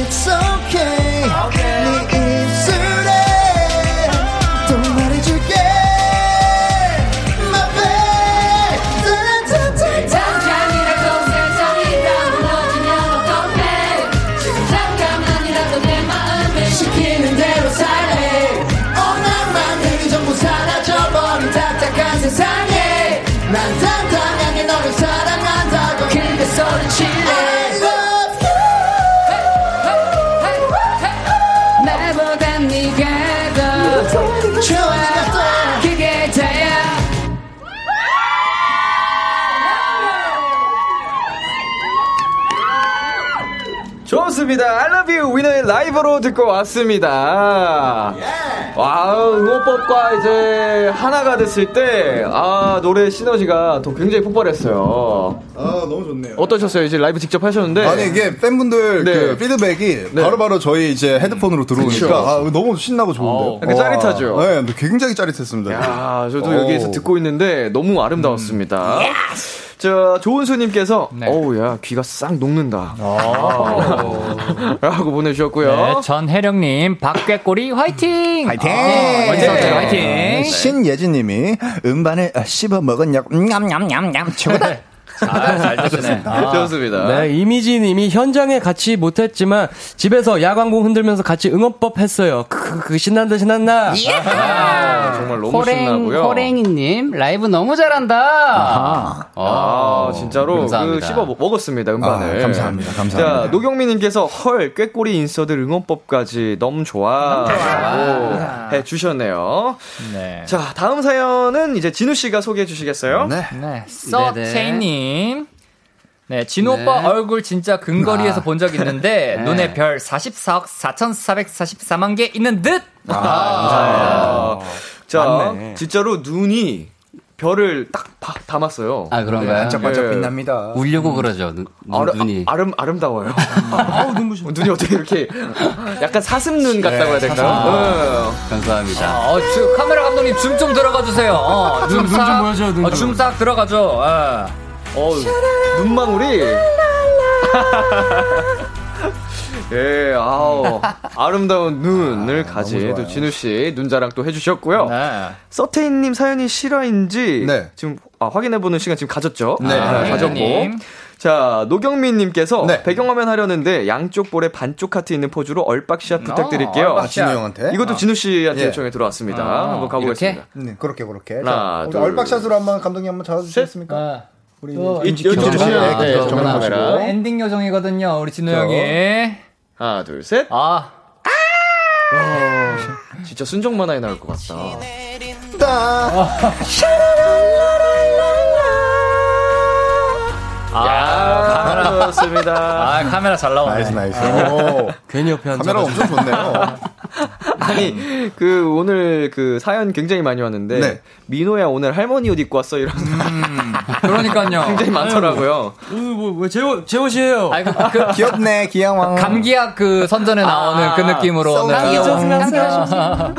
Speaker 8: it's okay 네 입술에 또 말해줄게 My babe
Speaker 9: 잠깐이라도 세상이 다무너지면 어떡해 잠깐만이라도 내 마음을 시키는 대로 살래
Speaker 8: 오늘만 내기 어, 전부 사라져버린 딱딱한 세상에 난 당당하게 너를 사랑한다고
Speaker 9: 근데 소리칠래
Speaker 8: I love you
Speaker 2: 좋습니다. I love you 위너의 라이브로 듣고 왔습니다. 와, 응원법과 이제 하나가 됐을 때, 아, 노래 시너지가 또 굉장히 폭발했어요.
Speaker 6: 아, 너무 좋네요.
Speaker 2: 어떠셨어요? 이제 라이브 직접 하셨는데.
Speaker 6: 아니 이게 팬분들
Speaker 2: 네.
Speaker 6: 그 피드백이 바로바로 저희 이제 헤드폰으로 들어오니까 아, 너무 신나고 좋은데요.
Speaker 2: 약간 어. 짜릿하죠?
Speaker 6: 와, 네, 굉장히 짜릿했습니다.
Speaker 2: 야, 저도
Speaker 6: 오. 음.
Speaker 2: 여기에서 듣고 있는데 너무 아름다웠습니다. 저 조은수님께서 어우야 귀가 싹 녹는다 (laughs) 라고 보내주셨고요.
Speaker 5: 네, 전혜령님, 박꾀꼬리 화이팅!
Speaker 6: 화이팅! 네.
Speaker 5: 아, 멋있었어요, 화이팅!
Speaker 6: 신예진님이 음반을 아, 씹어 먹었냐고 냠냠냠냠 최고다.
Speaker 5: 잘 드시네.
Speaker 2: 좋습니다.
Speaker 4: 네, 이미지님이 현장에 같이 못했지만 집에서 야광봉 흔들면서 같이 응원법 했어요. 크크크 신난다 신난다.
Speaker 2: 아, 정말 너무
Speaker 7: 호랭,
Speaker 2: 신나고요.
Speaker 7: 호랭이님, 라이브 너무 잘한다!
Speaker 2: 아,
Speaker 7: 어,
Speaker 2: 진짜로 그
Speaker 7: 감사합니다.
Speaker 2: 씹어 먹- 먹었습니다 음반을.
Speaker 6: 아, 감사합니다. 감사합니다.
Speaker 2: 자 노경민님께서 헐 꾀꼬리 인서들 응원법까지 너무 좋아라고 해주셨네요.
Speaker 5: 네.
Speaker 2: 자 다음 사연은 이제 진우 씨가 소개해 주시겠어요?
Speaker 6: 네.
Speaker 5: 네, 서체인님. 네, 진호 오빠 얼굴 진짜 근거리에서 본 적 있는데, 눈에 별 44억 4,444만 개 있는 듯!
Speaker 2: 아, 자 진짜로 눈이 별을 딱 바- 담았어요.
Speaker 7: 아,
Speaker 6: 네.
Speaker 7: 그런가요?
Speaker 6: 반짝반짝
Speaker 2: 예.
Speaker 6: 빛납니다.
Speaker 7: 울려고 그러죠, 눈,
Speaker 2: 아름,
Speaker 7: 눈이.
Speaker 2: 아, 름 아름다워요. (laughs) 눈이 어떻게 이렇게 약간 사슴 눈 같다고 해야 될까요? 예.
Speaker 7: 감사합니다.
Speaker 5: 어, 저, 카메라 감독님, 줌 좀 들어가 주세요. 어, 줌
Speaker 4: 눈좀
Speaker 5: 싹.
Speaker 4: 보여줘요, 눈
Speaker 5: 어,
Speaker 4: 좀.
Speaker 5: 줌싹 들어가죠. 예.
Speaker 2: 어우,
Speaker 6: (laughs)
Speaker 2: 눈망울이. 예, 아우. 아름다운 눈을 가진 또 진우 씨 눈자랑 또 해주셨고요.
Speaker 5: 네.
Speaker 2: 서태인님 사연이 실화인지
Speaker 6: 네.
Speaker 2: 지금 아, 확인해보는 시간 지금 가졌죠?
Speaker 6: 네.
Speaker 2: 아, 가졌고.
Speaker 5: 님.
Speaker 2: 자, 노경민님께서
Speaker 6: 네.
Speaker 2: 배경화면 하려는데 양쪽 볼에 반쪽 하트 있는 포즈로 얼박샷 부탁드릴게요.
Speaker 6: 아, 진우 형한테?
Speaker 2: 이것도 진우 씨한테
Speaker 6: 예.
Speaker 2: 요청이 들어왔습니다.
Speaker 5: 아,
Speaker 2: 한번 가보겠습니다.
Speaker 6: 네, 그렇게 그렇게.
Speaker 2: 하나,
Speaker 6: 우리
Speaker 2: 둘,
Speaker 6: 얼박샷으로 한번 감독님 한번 잡아주시겠습니까? 우리 이제
Speaker 2: 이쪽
Speaker 6: 김정민
Speaker 2: 주시면
Speaker 5: 네,
Speaker 6: 씨,
Speaker 2: 돼요.
Speaker 6: 네, 정민
Speaker 2: 정면
Speaker 6: 씨.
Speaker 2: 카메라.
Speaker 5: 엔딩 요정이거든요, 우리 진호 형이.
Speaker 2: 하나, 둘, 셋.
Speaker 5: 아,
Speaker 2: 진짜 순정 만화에 나올 것
Speaker 6: 아,
Speaker 2: 같다. 아, 반갑습니다.
Speaker 5: 아, 카메라 잘
Speaker 6: 나이스
Speaker 5: 나오네.
Speaker 6: 나이스. 오,
Speaker 4: 괜히 옆에 앉아.
Speaker 6: 카메라 엄청 좋네요.
Speaker 2: 아니, 그, 오늘 그 사연 굉장히 많이 왔는데,
Speaker 6: 네.
Speaker 2: 민호야, 오늘 할머니 옷 입고 왔어. 이런 사람
Speaker 5: 그러니까요. (laughs)
Speaker 2: 굉장히 많더라고요.
Speaker 4: 오늘 뭐왜 제옷 제옷이에요?
Speaker 5: 아이고, 그,
Speaker 6: 귀엽네 귀여워.
Speaker 5: 감기약 그 선전에 나오는 그 느낌으로 오늘. 어.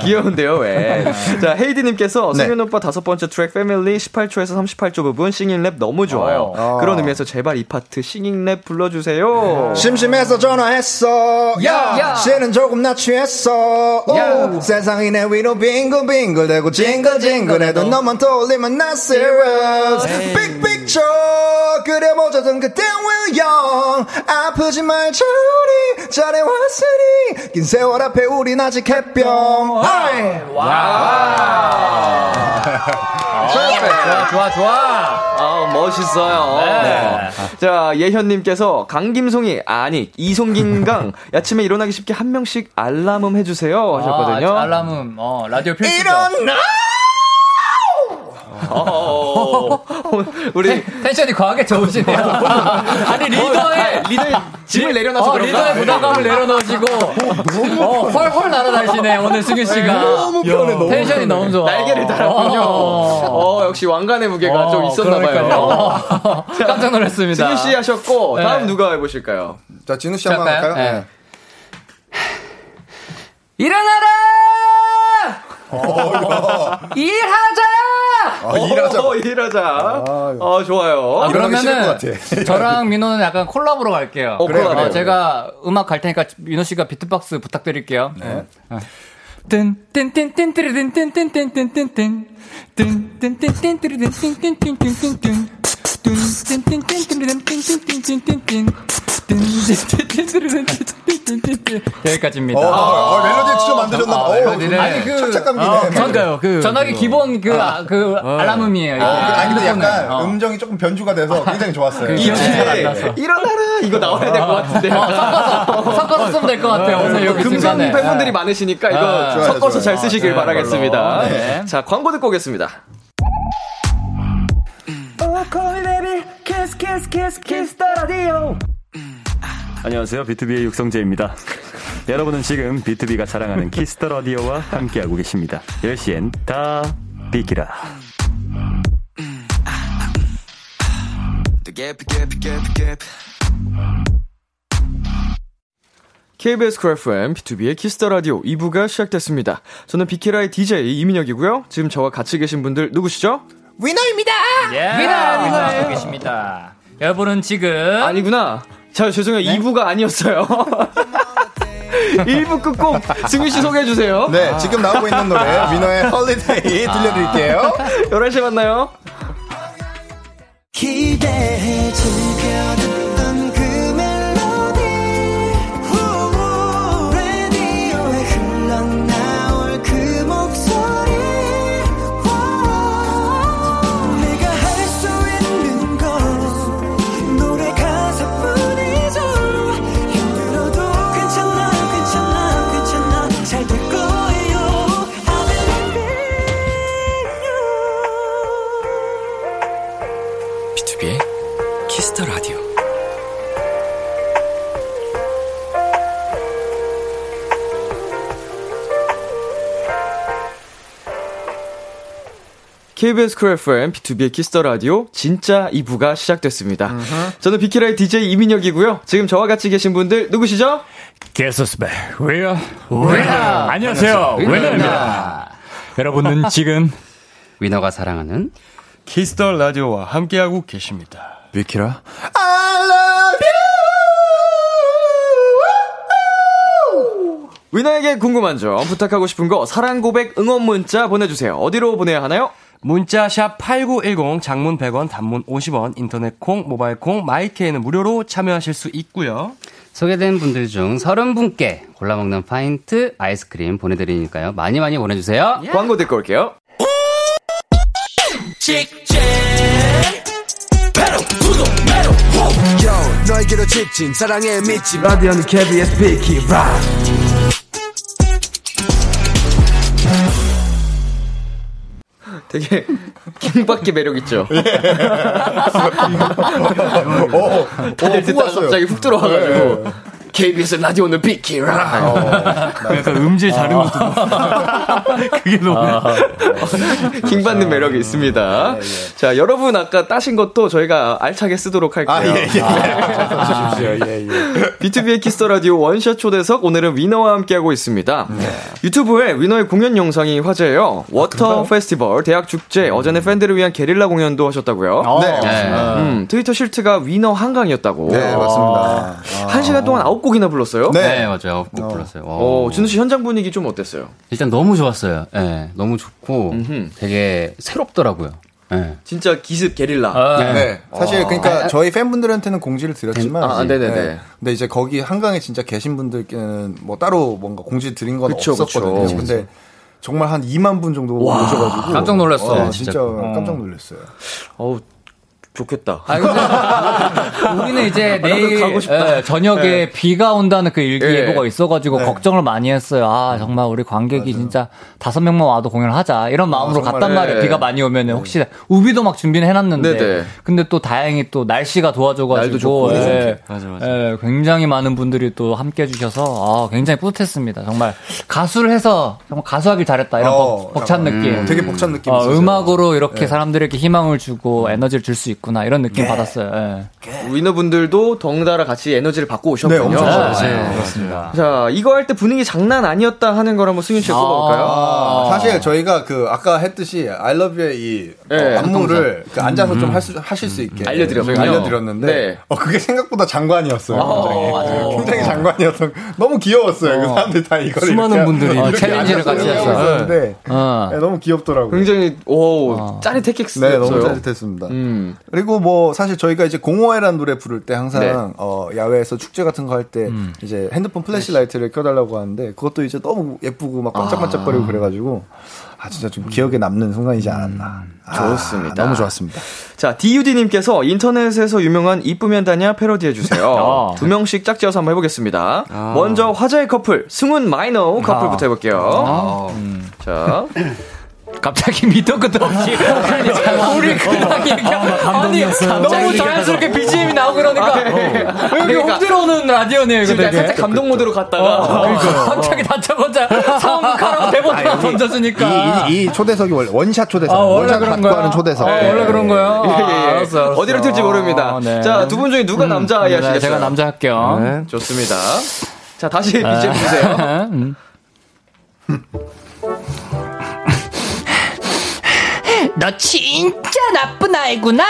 Speaker 2: 귀여운데요, 왜? 자, 헤이디님께서
Speaker 6: 네.
Speaker 2: 승윤 오빠 다섯 번째 트랙 패밀리 18초에서 38초 부분 싱잉랩 너무 좋아요.
Speaker 6: 어.
Speaker 2: 그런 의미에서 제발 이 파트 싱잉랩 불러주세요.
Speaker 6: 네. 심심해서 전화했어. 야,
Speaker 5: 야!
Speaker 6: 쟤는 조금 나 취했어. 오,
Speaker 5: 야!
Speaker 6: 세상이 내 위로 빙글빙글대고 징글징글해도 네. 너만 떠올리면 나 serious. Big picture 그려보자던 그때 will young. 아프지 말자 우리 잘해왔으니 긴 세월 앞에 우린 아직 해병. 아이.
Speaker 5: (laughs) 좋아, 좋아, 좋아.
Speaker 2: 아 멋있어요.
Speaker 5: 네.
Speaker 2: 네. 자 예현님께서 강김송이 아니 이송긴강 아침에 일어나기 쉽게 한 명씩 알람음 해주세요 하셨거든요.
Speaker 5: 아, 알람음, 어, 라디오 필수죠.
Speaker 6: 일어나!
Speaker 2: 어,
Speaker 5: 네.
Speaker 2: 우리
Speaker 5: 텐션이 과하게 좋으시네요. (laughs) 아니, 어, 리더의,
Speaker 2: 리더의 짐을 내려놔서
Speaker 5: 어,
Speaker 2: 그런가?
Speaker 5: 리더의 부담감을 내려놓으시고, 어, 훨훨 날아다니시네, 오늘 승윤 씨가.
Speaker 6: 너무 편해, 너무
Speaker 5: 텐션이 너무 좋아.
Speaker 2: 날개를 달았군요.
Speaker 5: 어.
Speaker 2: 어 역시 왕관의 무게가
Speaker 5: 어,
Speaker 2: 좀 있었나봐요.
Speaker 5: 그러니까요. (laughs) 깜짝 놀랐습니다.
Speaker 2: 진우 씨 하셨고 다음
Speaker 5: 네.
Speaker 2: 누가 해보실까요?
Speaker 6: 자, 진우 씨 한번
Speaker 5: 할까요?
Speaker 6: 할까요? 네.
Speaker 5: 일어나라! 일하자!
Speaker 6: 어, 일하자.
Speaker 2: 어, 일하자.
Speaker 6: 아유.
Speaker 2: 어 좋아요.
Speaker 5: 아,
Speaker 6: 싫은 것
Speaker 5: 그러면은
Speaker 6: 같아.
Speaker 5: 저랑 민호는 약간 콜라보로 갈게요.
Speaker 2: 어, 그래요,
Speaker 5: 어,
Speaker 2: 그래요.
Speaker 5: 제가 음악 갈 테니까 민호 씨가 비트박스 부탁드릴게요.
Speaker 6: 네.
Speaker 5: 네.
Speaker 6: 어,
Speaker 5: 여기까지입니다.
Speaker 6: 어, 멜로디 진짜 만드셨나 봐.
Speaker 5: 아, 멜로디를.
Speaker 6: 아니, 그. 착착감기네.
Speaker 4: 그러니까요. 그
Speaker 5: 전화기 기본 그, 아, 그 알람음이에요. 이게.
Speaker 6: 어, 아니 근데 약간
Speaker 5: 어.
Speaker 6: 음정이 조금 변주가 돼서 굉장히 좋았어요. 네.
Speaker 2: 이 뒤에 네. 일어나라 이거 나와야 될 것 같은데.
Speaker 5: 섞어서 섞어서 쓰면 될 것
Speaker 7: 네,
Speaker 5: 같아요. 오늘 아, 여기
Speaker 2: 금성
Speaker 5: 중간에.
Speaker 2: 팬분들이 많으시니까 이거
Speaker 5: 아,
Speaker 6: 좋아요,
Speaker 2: 섞어서
Speaker 6: 좋아요.
Speaker 2: 잘 쓰시길 바라겠습니다.
Speaker 5: 걸로. 네.
Speaker 2: 자, 광고 듣고 오겠습니다.
Speaker 10: 안녕하세요. 비투비의 육성재입니다. 여러분은 지금 비투비가 사랑하는 키스터 라디오와 함께하고 계십니다. 10시엔 다 비키라.
Speaker 2: KBS 크 FM, B2B의 키스터 라디오 2부가 시작됐습니다. 저는 비키라의 DJ 이민혁이고요. 지금 저와 같이 계신 분들 누구시죠?
Speaker 5: 위너입니다. 위너 위너하고 예. 아, 계십니다. 여러분은 지금
Speaker 2: 아니구나. 자, 죄송해요. 2부가 아니었어요. 1부 끝곡 승민 씨 소개해 주세요.
Speaker 6: 네, 지금 나오고 있는 노래
Speaker 2: 아.
Speaker 6: 위너의 홀리데이 들려드릴게요.
Speaker 2: 11시에 만나요.
Speaker 3: 기대해 즐겨 듣던 그 멜로디 후, 라디오에 흘러나올 그 목소리 와, 내가 할 수 있는 건 노래 가사뿐이죠 힘들어도 괜찮아 괜찮아 괜찮아 잘 될 거예요 I believe in you
Speaker 1: B2B의 키스터 라디오.
Speaker 2: KBS 크 FM, B2B의 키스터 라디오 진짜 2부가 시작됐습니다. 저는 비키라의 DJ 이민혁이고요. 지금 저와 같이 계신 분들 누구시죠?
Speaker 11: 게스스베 위너 위너 안녕하세요 위너입니다. 여러분은 지금
Speaker 7: 위너가 사랑하는
Speaker 12: 키스터 라디오와 함께하고 계십니다.
Speaker 6: 비키라
Speaker 2: 위너에게 궁금한 점, 부탁하고 싶은 거 사랑 고백 응원 문자 보내주세요. 어디로 보내야 하나요?
Speaker 4: 문자 샵 8910 장문 100원 단문 50원 인터넷 콩 모바일 콩 마이케이는 무료로 참여하실 수 있고요.
Speaker 7: 소개된 분들 중 30분께 골라먹는 파인트 아이스크림 보내드리니까요. 많이 많이 보내주세요.
Speaker 2: 광고 듣고 올게요.
Speaker 3: 직진 배로 구독 매로 호
Speaker 13: Yo, 너에게로 직진 사랑에 미친 라디오는 KBS 비키라
Speaker 2: 되게 킹받기 매력 있죠. 다들 네. 듣다 가 어, 갑자기 훅 들어와가지고 KBS 라디오는 비키라.
Speaker 6: 어.
Speaker 9: 그러니까
Speaker 12: 약간 음질
Speaker 4: 어.
Speaker 12: 자르는 것도
Speaker 2: 그게 너무 킹받는 매력이 있습니다. 자 여러분 아까 따신 것도 저희가 알차게 쓰도록 할게요.
Speaker 6: 아, 예,
Speaker 2: B2B의 키스터 라디오 원샷 초대석 오늘은 위너와 함께하고 있습니다.
Speaker 7: 네.
Speaker 2: 유튜브에 위너의 공연 영상이 화제예요. 워터 페스티벌 대학 축제 어제는 팬들을 위한 게릴라 공연도 하셨다고요.
Speaker 6: 네, 맞습니다.
Speaker 7: 아.
Speaker 2: 음, 트위터 실트가 위너 한강이었다고.
Speaker 6: 네, 맞습니다.
Speaker 2: 한 시간 동안 아홉 곡이나 불렀어요.
Speaker 7: 네, 맞아요. 꼭 불렀어요. 와.
Speaker 2: 어, 준우 씨 현장 분위기 좀 어땠어요?
Speaker 7: 일단 너무 좋았어요. 예, 너무 좋고 되게 새롭더라고요. 예.
Speaker 2: 진짜 기습 게릴라.
Speaker 7: 아.
Speaker 6: 네. 사실 그러니까 저희 팬분들한테는 공지를 드렸지만
Speaker 2: 아,
Speaker 6: 사실,
Speaker 2: 네네네.
Speaker 6: 근데 이제 거기 한강에 진짜 계신 분들께는 뭐 따로 뭔가 공지 드린 건
Speaker 2: 그쵸,
Speaker 6: 없었거든요.
Speaker 2: 그쵸.
Speaker 6: 근데 정말 한 2만 분 정도 오셔가지고
Speaker 7: 깜짝 놀랐어,
Speaker 6: 어,
Speaker 7: 진짜.
Speaker 6: 진짜,
Speaker 7: 어.
Speaker 6: 깜짝 놀랐어요.
Speaker 2: 어우 좋겠다.
Speaker 5: 아, 근데 (laughs) 우리는 이제 내일 예, 저녁에 비가 온다는 그 일기예보가 있어가지고 걱정을 많이 했어요. 아 정말 우리 관객이 진짜 다섯 명만 와도 공연을 하자 이런 마음으로
Speaker 2: 정말.
Speaker 5: 갔단 말이에요.
Speaker 2: 네.
Speaker 5: 비가 많이 오면 혹시 우비도 막 준비는 해놨는데
Speaker 2: 네네.
Speaker 5: 근데 또 다행히 또 날씨가
Speaker 2: 날도
Speaker 5: 도와줘가지고
Speaker 2: 좋고.
Speaker 5: 예,
Speaker 2: 맞아, 맞아.
Speaker 5: 예, 굉장히 많은 분들이 또 함께해 주셔서 아, 굉장히 뿌듯했습니다. 정말 가수를 해서 정말 가수하길 잘했다 이런
Speaker 6: 어,
Speaker 5: 벅- 벅찬
Speaker 6: 약간,
Speaker 5: 느낌.
Speaker 6: 음, 되게 벅찬 느낌
Speaker 5: 어,
Speaker 6: 있었어요.
Speaker 5: 음악으로 이렇게 사람들에게 희망을 주고 에너지를 줄 수 있구나 이런 느낌 받았어요. 예.
Speaker 2: 위너분들도 덩달아 같이 에너지를 받고 오셨군요. 아,
Speaker 6: 네, 엄청 잘하세요.
Speaker 5: 그렇습니다.
Speaker 2: 자, 이거 할 때 분위기 장난 아니었다 하는 걸 한번 승윤 씨가 뽑아볼까요?
Speaker 6: 아, 사실 저희가 그 아까 했듯이 I love you의 이
Speaker 2: 네. 음.
Speaker 6: 어, 안무를 그 앉아서 좀 할 수, 하실 수 있게
Speaker 2: 알려드렸군요.
Speaker 6: 저희가 알려드렸는데
Speaker 2: 네. 아,
Speaker 6: 어, 그게 생각보다 장관이었어요. 굉장히, 굉장히 장관이어서 너무 귀여웠어요. 그 사람들 다 이걸
Speaker 4: 수많은
Speaker 6: 이렇게
Speaker 4: 분들이
Speaker 6: 이렇게
Speaker 5: 어, 챌린지를
Speaker 6: 앉아서
Speaker 5: 같이
Speaker 6: 하고
Speaker 5: 했어요.
Speaker 6: 있었는데
Speaker 5: 어.
Speaker 6: 네, 너무 귀엽더라고요.
Speaker 2: 굉장히, 오,
Speaker 5: 아.
Speaker 2: 짜릿했겠어요.
Speaker 6: 네, 너무 짜릿했습니다.
Speaker 2: 음.
Speaker 6: 그리고 뭐 사실 저희가 이제 공허해라는 노래 부를 때 항상
Speaker 2: 네.
Speaker 6: 어, 야외에서 축제 같은 거 할 때
Speaker 5: 음.
Speaker 6: 이제 핸드폰 플래시라이트를 켜달라고 하는데 그것도 이제 너무 예쁘고 막 반짝반짝거리고 그래가지고 아 진짜 좀 기억에 남는 순간이지 않았나. 아,
Speaker 2: 좋습니다.
Speaker 6: 너무 좋았습니다.
Speaker 2: 자, DUD님께서 인터넷에서 유명한 이쁘면 다냐 패러디 해주세요.
Speaker 5: (laughs) 아.
Speaker 2: 두 명씩 짝지어서 한번 해보겠습니다. 먼저
Speaker 5: 아.
Speaker 2: 아.
Speaker 5: 음.
Speaker 2: 화자의 커플, 승훈 마이너 커플부터 해볼게요. 자,
Speaker 5: 갑자기 (laughs) 밑도 끝도 없이 우리 근황 얘기 아니
Speaker 3: 감동이었어요.
Speaker 5: 너무 자연스럽게 BGM이 나오고 그러니까 왜 이렇게
Speaker 3: 그러니까.
Speaker 5: 흔들어오는 라디오네요 이거
Speaker 3: 지금
Speaker 5: 되게 어,
Speaker 3: 살짝 감동 모드로 갔다가
Speaker 5: 갑자기 다짜고짜 사운드카라고 대본 하나 던져주니까
Speaker 6: 이, 이, 이 초대석이 원래 원샷 초대석.
Speaker 5: 아, 원래
Speaker 6: 원샷
Speaker 5: 그런
Speaker 6: 갖고
Speaker 5: 거야.
Speaker 6: 하는 초대석.
Speaker 5: 아, 원래 그런 거야?
Speaker 6: 예,
Speaker 5: 아,
Speaker 6: 예, 예.
Speaker 5: 알았어, 알았어.
Speaker 2: 어디를 튈지 모릅니다.
Speaker 5: 아, 네.
Speaker 2: 자, 두 분 중에 누가 남자 아이
Speaker 5: 네,
Speaker 2: 하시겠어요?
Speaker 5: 제가 남자 네. 할게요. 네. (laughs)
Speaker 2: 좋습니다. 자, 다시 BGM 주세요. (laughs)
Speaker 5: 음.
Speaker 9: 너 진짜 나쁜 아이구나.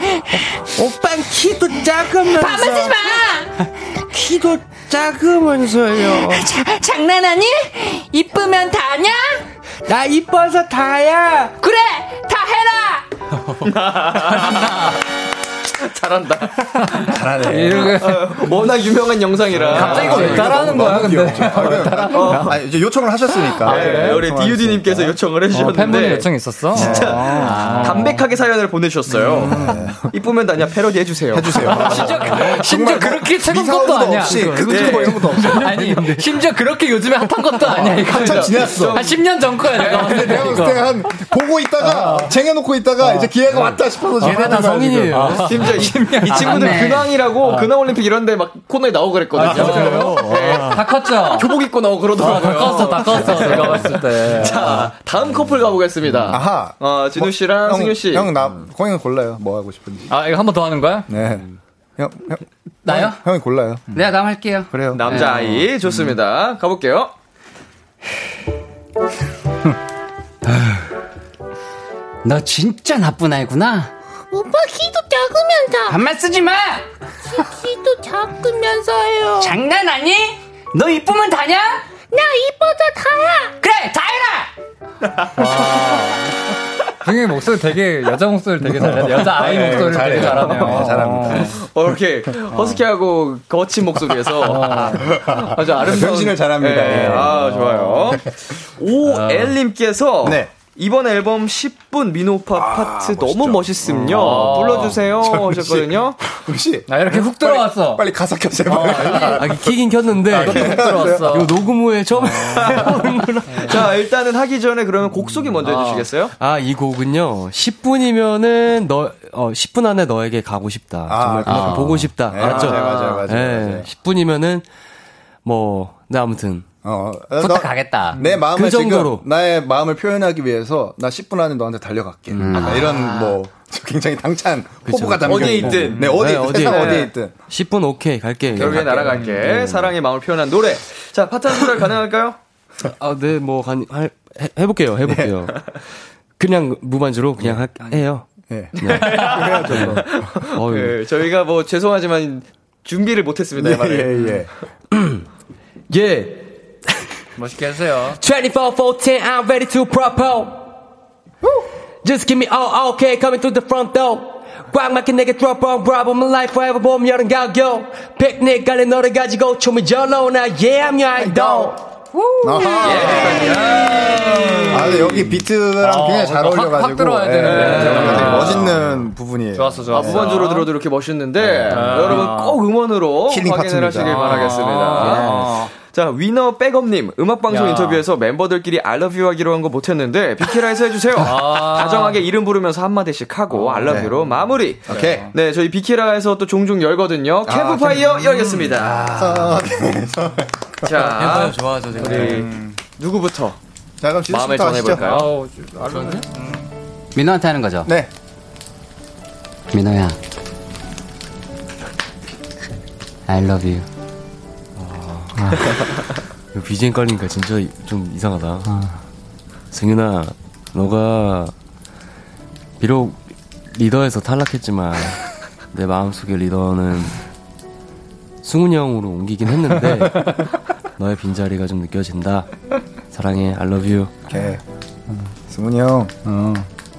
Speaker 4: 어.
Speaker 9: 오빤 키도 작으면서. 밤을 쓰지 마. 키도 작으면서요. 자, 장난하니? 이쁘면 다냐? 나 이뻐서 다야. 그래, 다 해라.
Speaker 2: 잘한다.
Speaker 6: 잘하네.
Speaker 2: 워낙 유명한 영상이라. 아,
Speaker 6: 갑자기 이거 왜 따라하는 거야, 근데?
Speaker 2: 어.
Speaker 6: 아, 이제 요청을 하셨으니까.
Speaker 2: 아, 네, 우리 DUD님께서 요청을 해주셨는데.
Speaker 5: 어, 팬분이 요청 있었어?
Speaker 2: 진짜
Speaker 5: 아.
Speaker 2: 담백하게 사연을 보내주셨어요. 이쁘면 다냐 패러디 해주세요.
Speaker 6: 해주세요.
Speaker 5: 심지어 그렇게 최근 것도 아니야.
Speaker 6: 것도 없이.
Speaker 5: 아니, 심지어 그렇게 요즘에 핫한 것도 아니야. 이거.
Speaker 6: 한참 지났어.
Speaker 5: 한 10년 전 거야, 내가 봤을 때.
Speaker 6: 아, 내가 봤을 때 한, 보고 있다가, 쟁여놓고 있다가, 이제 기회가 왔다 싶어서
Speaker 4: 아,
Speaker 2: 얘네
Speaker 6: 전화하는
Speaker 2: 다
Speaker 6: 거야,
Speaker 2: 성인이에요.
Speaker 6: 지금.
Speaker 2: 아, 심지어 이- 이 친구들 근황이라고 근황올림픽 이런데 막 코너에 나오고 그랬거든요.
Speaker 5: 아, 맞아요? 다 컸죠?
Speaker 2: 교복 입고 나오고 그러더라고요.
Speaker 5: 아, 다 컸어, 다 컸어, 제가 봤을 때.
Speaker 2: 자, 다음 커플 가보겠습니다.
Speaker 6: 아하. 뭐,
Speaker 2: 어, 진우 씨랑
Speaker 6: 형,
Speaker 2: 승윤 씨. 음.
Speaker 6: 형, 나, 공연 골라요. 뭐 하고 싶은지.
Speaker 5: 아, 이거 한 번 더 하는 거야?
Speaker 6: 네. 형, 형.
Speaker 7: 나요?
Speaker 6: 형, 형이 골라요.
Speaker 5: 음.
Speaker 7: 내가 남 할게요.
Speaker 6: 그래요. 네.
Speaker 2: 남자 아이 좋습니다. 가볼게요.
Speaker 7: 너 진짜 나쁜 아이구나.
Speaker 9: 오빠 키도 작으면서.
Speaker 7: 반말 쓰지 마.
Speaker 9: 키도 작으면서요.
Speaker 7: 장난 아니? 너 이쁘면 다냐?
Speaker 9: 나 이뻐서 다야.
Speaker 7: 그래, 다해라.
Speaker 5: 형님 목소리 되게, 여자 목소리 되게 잘해. 여자 아이
Speaker 2: 네,
Speaker 5: 목소리 되게
Speaker 2: 잘해요.
Speaker 6: 어.
Speaker 5: 잘하네요.
Speaker 2: 네, 잘합니다. 어, 이렇게 허스키하고 거친 목소리에서 아주 아름다운
Speaker 6: 변신을 잘합니다.
Speaker 2: 예,
Speaker 6: 예.
Speaker 2: 아 좋아요. 오엘님께서
Speaker 6: 네.
Speaker 2: 이번 앨범 10분 민호파 파트 너무 멋있음요.
Speaker 5: 아.
Speaker 2: 불러주세요
Speaker 6: 저 씨.
Speaker 2: 하셨거든요.
Speaker 6: 혹시.
Speaker 5: 나 아, 이렇게 훅 들어왔어.
Speaker 6: 빨리 가사 켜, 제발.
Speaker 4: 아, 키긴 켰는데.
Speaker 6: 아, 켰어요? 들어왔어. 어.
Speaker 4: 이거 녹음 후에 처음 (laughs)
Speaker 2: 자 일단은 하기 전에 그러면 곡 소개 먼저 해주시겠어요?
Speaker 4: 아, 이 곡은요. 10분이면은 너, 어, 10분 안에 너에게 가고 싶다. 정말 그만큼
Speaker 6: 아.
Speaker 4: 보고 싶다.
Speaker 6: 네,
Speaker 4: 알았죠?
Speaker 6: 맞아요, 맞아요, 맞아요,
Speaker 4: 예,
Speaker 6: 맞아요.
Speaker 4: 10분이면은 뭐, 네, 아무튼.
Speaker 6: 어, 너-
Speaker 7: 부탁하겠다.
Speaker 6: 내 마음을
Speaker 4: 그 정도로.
Speaker 6: 지금 나의 마음을 표현하기 위해서 나 10분 안에 너한테 달려갈게. 약간 이런 뭐 굉장히 당찬 포부가 담겨
Speaker 2: 어디에
Speaker 6: 있고.
Speaker 2: 있든.
Speaker 6: 네 어디
Speaker 2: 네,
Speaker 6: 있든
Speaker 2: 어디에
Speaker 6: 세상
Speaker 2: 있든.
Speaker 6: 어디에 있든.
Speaker 4: 10분 오케이,
Speaker 6: 네,
Speaker 4: 갈게.
Speaker 2: 결국에 날아갈게 사랑의 마음을 표현한 노래. 자 파트 한 소절
Speaker 6: (laughs)
Speaker 2: 가능할까요?
Speaker 4: 아, 네, 뭐, 간, 할- 해, 해볼게요, 해볼게요. 그냥 무반주로 그냥 하- 해요.
Speaker 6: 네.
Speaker 4: (laughs) 어휴.
Speaker 2: 예, 저희가 뭐 죄송하지만 준비를 못했습니다. 이 말을.
Speaker 6: 네, 예예.
Speaker 4: 예.
Speaker 5: 멋있게 하세요.
Speaker 4: 24, 14, I'm ready to propo. Just give me all, okay, coming through the front door. 꽉 막힌 내게 drop on, bravo, my life forever, 봄, 여름, 가을겨. 픽닉 갈래 너를 가지고 춤을 절로, 나, yeah, I'm your idol.
Speaker 6: 아 근데 여기 비트랑 굉장히 잘
Speaker 5: 아, 확-
Speaker 6: 어울려가지고.
Speaker 5: 확 들어와야
Speaker 6: 예,
Speaker 5: 되는데. 아.
Speaker 6: 정말 되게 멋있는 부분이에요. 네. 아.
Speaker 5: 좋았어,
Speaker 2: 아,
Speaker 5: 좋았어.
Speaker 2: 무반주로 들어도 이렇게 멋있는데 아. 여러분 꼭 응원으로
Speaker 6: 킬링
Speaker 2: 확인을
Speaker 6: 파트입니다.
Speaker 2: 하시길
Speaker 6: 아. 예.
Speaker 2: 바라겠습니다. 자 위너 백업님 음악방송
Speaker 5: 야.
Speaker 2: 인터뷰에서 멤버들끼리 I love you 하기로 한 거 못했는데 비키라에서 해주세요.
Speaker 6: 아.
Speaker 2: 다정하게 이름 부르면서 한마디씩 하고 I love you로 마무리.
Speaker 6: 오케이.
Speaker 2: 네 저희 비키라에서 또 종종 열거든요. 캠프파이어 열겠습니다.
Speaker 6: 아, 네.
Speaker 2: 자
Speaker 4: 좋아하죠, 제가. 네.
Speaker 2: 우리 누구부터
Speaker 6: 자 그럼 진짜
Speaker 2: 마음을 전해볼까요?
Speaker 5: 아우, 뭐.
Speaker 7: 민호한테 하는 거죠.
Speaker 6: 네.
Speaker 7: 민호야. I love you.
Speaker 4: 이거 BGM 그 깔리니까 진짜 이- 좀 이상하다.
Speaker 6: 아.
Speaker 4: 승윤아, 너가 비록
Speaker 6: (laughs)
Speaker 4: 리더에서 탈락했지만 내 마음속의 리더는 승훈이 형으로 옮기긴 했는데
Speaker 6: (laughs)
Speaker 4: 너의 빈자리가 좀 느껴진다. 사랑해, I love you.
Speaker 6: 오케이. 승훈이 형.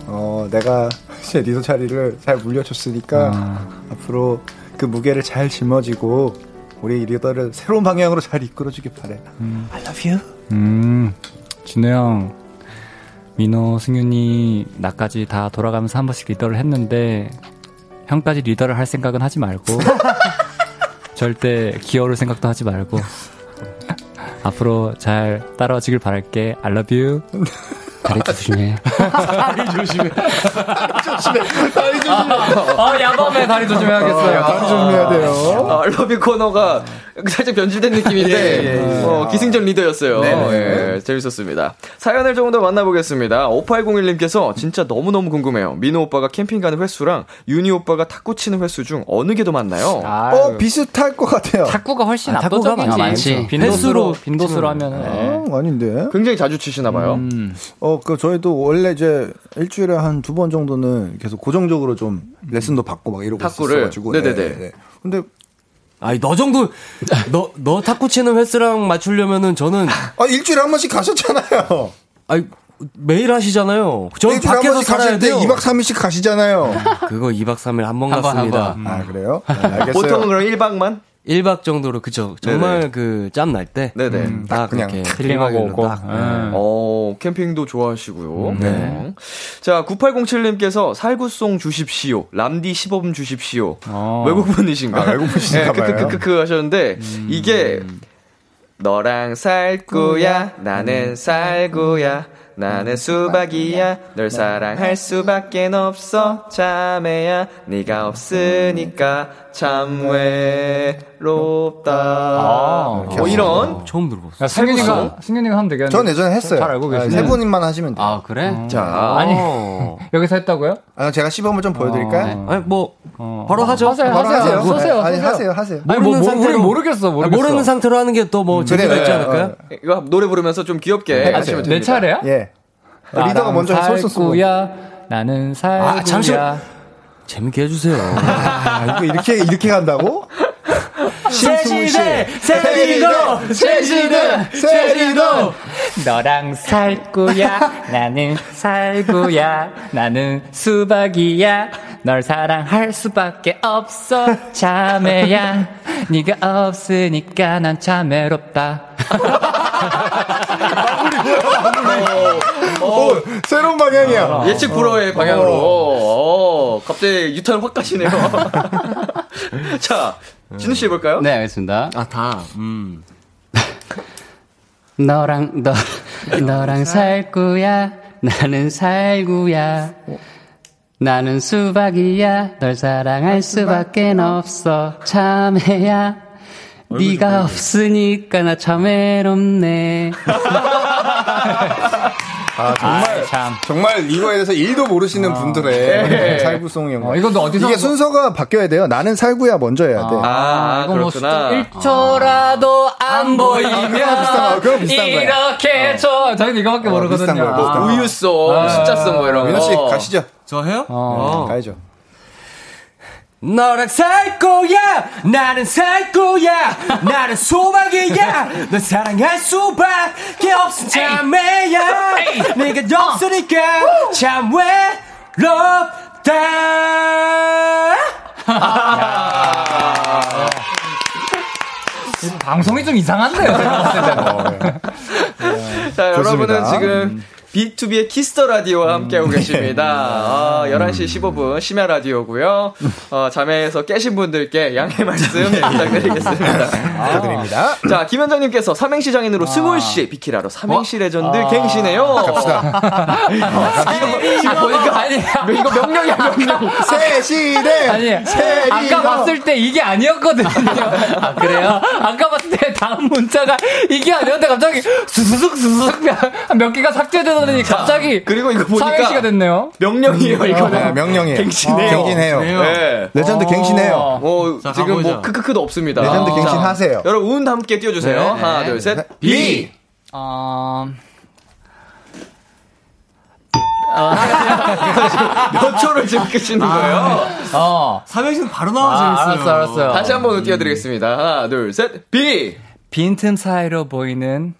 Speaker 6: 어. 내가 제 리더 자리를 잘 물려줬으니까
Speaker 5: 아.
Speaker 6: 앞으로 그 무게를 잘 짊어지고 우리 리더를 새로운 방향으로 잘 이끌어주길 바래.
Speaker 5: 아.
Speaker 6: I love you.
Speaker 11: 음, 진우 형, 민호, 승윤이, 나까지 다 돌아가면서 한 번씩 리더를 했는데, 형까지 리더를 할 생각은 하지
Speaker 14: (laughs)
Speaker 11: 말고, 절대 기어올 생각도 하지 말고, 앞으로 잘 따라와 주길 바랄게. I love you.
Speaker 14: 다리 조심해.
Speaker 15: 다리 조심해. 조심해. 다리 조심해.
Speaker 16: 아, 야밤에 다리 조심해야겠어요.
Speaker 2: 아, 다리 조심해야 돼요. 아, 러비 코너가 살짝 변질된
Speaker 4: (laughs)
Speaker 2: 느낌인데
Speaker 17: 예, 예, 예.
Speaker 4: 아.
Speaker 2: 어, 기승전 리더였어요.
Speaker 4: 네,
Speaker 2: 예, 재밌었습니다. 사연을 조금 더 만나보겠습니다. 5801님께서 진짜 너무너무 궁금해요. 민호 오빠가 캠핑 가는 횟수랑 윤희 오빠가 탁구 치는 횟수 중 어느 게 더 많나요?
Speaker 4: 아.
Speaker 6: 어, 비슷할 것 같아요.
Speaker 14: 탁구가 훨씬
Speaker 6: 압도적이지.
Speaker 11: 아,
Speaker 6: 많지.
Speaker 5: 빈도수로
Speaker 6: 횟수로
Speaker 5: 빈도수로
Speaker 6: 치면.
Speaker 5: 하면은
Speaker 15: 네.
Speaker 6: 어, 아닌데.
Speaker 2: 굉장히 자주 치시나 봐요.
Speaker 4: 음.
Speaker 6: 어, 그 저희도 원래 이제 일주일에 한 두 번 정도는 계속 고정적으로 좀 레슨도 받고 막 이러고
Speaker 2: 탁구를?
Speaker 6: 있었어가지고.
Speaker 2: 네네네.
Speaker 6: 근데
Speaker 4: 아니 너 정도 너 너 탁구 치는 횟수랑 맞추려면은 저는
Speaker 6: 아 일주일에 한 번씩 가셨잖아요.
Speaker 4: 아니 매일 하시잖아요. 저는
Speaker 6: 일주일에 한
Speaker 4: 밖에서
Speaker 6: 번씩
Speaker 4: 살아야
Speaker 6: 가실 때
Speaker 4: 돼요.
Speaker 6: 2박 3일씩 가시잖아요.
Speaker 4: 그거 2박 3일 한 번
Speaker 6: 한 번,
Speaker 4: 갔습니다.
Speaker 6: 한 번. 아, 그래요?
Speaker 2: 보통은 그럼 1박만?
Speaker 4: 1박 정도로 그죠. 정말 그 짬 날 때. 음,
Speaker 2: 네네.
Speaker 4: 딱 그렇게 힐링하고 오고. 딱. 네.
Speaker 5: 네.
Speaker 2: 어, 캠핑도 좋아하시고요. 네. 자, 9807님께서 살구송 주십시오. 람디 시범 주십시오. 외국분이신가?
Speaker 6: 아, 외국분이신가
Speaker 2: 네,
Speaker 6: 봐요.
Speaker 2: 크크크크 하셨는데, 이게, 너랑 살구야, 음. 나는 살구야, 나는 수박이야, 널 사랑할 수밖엔 없어, 참외야, 네가 없으니까 참 외롭다. 뭐 이런
Speaker 4: 처음 들어봤어.
Speaker 5: 야, 승윤이가 승윤이가 하면 되겠네.
Speaker 6: 전 예전에 했어요. 아,
Speaker 5: 잘 알고 계시네.
Speaker 6: 세 분만 하시면 돼요.
Speaker 14: 아 그래?
Speaker 6: 자.
Speaker 5: 아니 여기서 했다고요?
Speaker 6: 아, 제가 시범을 좀 보여드릴까요?
Speaker 4: 어.
Speaker 6: 네,
Speaker 4: 아니 뭐 바로 하죠.
Speaker 5: 하세요,
Speaker 6: 바로
Speaker 5: 하세요.
Speaker 6: 하세요.
Speaker 5: 쏘세요,
Speaker 6: 아니,
Speaker 5: 쏘세요.
Speaker 6: 하세요, 하세요.
Speaker 5: 어. 아니, 뭐, 뭐, 우리 모르겠어, 모르겠어.
Speaker 4: 아,
Speaker 5: 음.
Speaker 4: 모르는 상태로 하는 게 또 뭐 재미가 있지 않을까요?
Speaker 2: 이거 노래 부르면서 좀 귀엽게
Speaker 5: 아,
Speaker 2: 하시면
Speaker 5: 내
Speaker 2: 됩니다.
Speaker 5: 차례야?
Speaker 6: 예.
Speaker 5: 나랑
Speaker 6: 손수 쓰고.
Speaker 5: 살구야, 나는 살구야.
Speaker 4: 아, 잠시만.
Speaker 5: (laughs)
Speaker 4: 재밌게 해주세요.
Speaker 6: 아, 이거 이렇게, 이렇게 간다고?
Speaker 15: 새시대, 새시대, 새시대, 새시대.
Speaker 5: 너랑 살구야, 나는 살구야, 나는 수박이야. 널 사랑할 수밖에 없어, 참외야. 네가 없으니까 난 참외롭다.
Speaker 6: 오, 어, 새로운 방향이야.
Speaker 2: 예측 불허의 방향으로. 어, 갑자기 유턴 확 가시네요. 자, 진우 씨 해볼까요?
Speaker 14: 네, 알겠습니다.
Speaker 4: 아, 다. 음.
Speaker 14: (laughs) 너랑 너 너랑 살구야 나는 살구야 나는 수박이야 널
Speaker 5: 아,
Speaker 14: 사랑할 수밖엔 없어 참해야 네가 없으니까 나 참 외롭네
Speaker 6: 아, 정말, 정말 이거에 대해서 일도 모르시는
Speaker 2: 아.
Speaker 6: 분들의
Speaker 2: 네.
Speaker 14: 예.
Speaker 6: 살구송 연구.
Speaker 5: 어, 이건 또 어디서
Speaker 6: 이게
Speaker 5: 뭐-
Speaker 6: 순서가 바뀌어야 돼요. 나는 살구야 먼저 해야 돼.
Speaker 2: 아,
Speaker 5: 이건 뭐 그렇구나. 아, 숫자 저라도 안 보이면
Speaker 6: 그건 비슷한 거야, 그건 비슷한 거야.
Speaker 5: 이렇게 저 저희는 이거밖에 어. 모르거든요. 아.
Speaker 6: 거야, 어, 비슷한 거야.
Speaker 2: 우유송, 숫자송 뭐 이런 거.
Speaker 6: 민호 씨 가시죠.
Speaker 4: 저 해요?
Speaker 6: 어. 가야죠.
Speaker 4: 너랑 살 거야 나는 살 거야 나는 소박이야 널 사랑할 수밖에 없은 참외야
Speaker 5: 어.
Speaker 4: 네가 없으니까 참 외롭다
Speaker 5: 방송이 좀 이상한데요. 제가 봤을 때는.
Speaker 2: 자, 여러분은
Speaker 5: 좋습니다.
Speaker 2: 지금 B2B의 키스터 라디오와 함께하고 계십니다. 아, 11시 15분 심야 라디오고요. 어, 자매에서 깨신 분들께 양해 말씀 부탁드리겠습니다. (laughs)
Speaker 6: 부탁드립니다.
Speaker 2: 자, 김현정님께서 삼행시 장인으로 스몰 씨 비키라로 삼행시 레전드
Speaker 6: 아.
Speaker 2: 갱신해요.
Speaker 6: 갑시다.
Speaker 5: 아, 보니까 아니
Speaker 2: 네,
Speaker 5: 이거 명령이야 명령.
Speaker 6: 새 시대.
Speaker 5: 아니
Speaker 6: 새
Speaker 5: 아까
Speaker 6: 리더.
Speaker 5: 봤을 때 이게 아니었거든요. 아 그래요? 아까 봤을 때 다음 문자가 이게 아니었는데 갑자기 수수숙 수수숙 몇- 몇 개가 삭제되더니 갑자기
Speaker 2: 그리고 이거 보니까
Speaker 5: 사행시가 음. 네, 됐네요.
Speaker 2: 명령이에요, 이거는.
Speaker 6: 아, 명령이에요. 어,
Speaker 2: 갱신해요.
Speaker 6: 갱신해요.
Speaker 2: 네.
Speaker 6: 레전드 갱신해요.
Speaker 2: 뭐,
Speaker 6: 자,
Speaker 2: 지금
Speaker 6: 가보자.
Speaker 2: 뭐, 크크크도 없습니다.
Speaker 6: 레전드
Speaker 2: 자,
Speaker 6: 갱신하세요.
Speaker 2: 여러분, 운 함께 띄워주세요.
Speaker 5: 네.
Speaker 2: 하나, 둘, 셋.
Speaker 5: B. 어...
Speaker 2: 몇 초를 지금 끄시는
Speaker 5: 아,
Speaker 2: 거예요?
Speaker 5: 어.
Speaker 4: 삼행시는 바로
Speaker 5: 아, 알았어, 알았어요.
Speaker 2: 다시 한 번 띄워드리겠습니다. 하나, 둘, 셋. B.
Speaker 5: 빈틈 사이로 보이는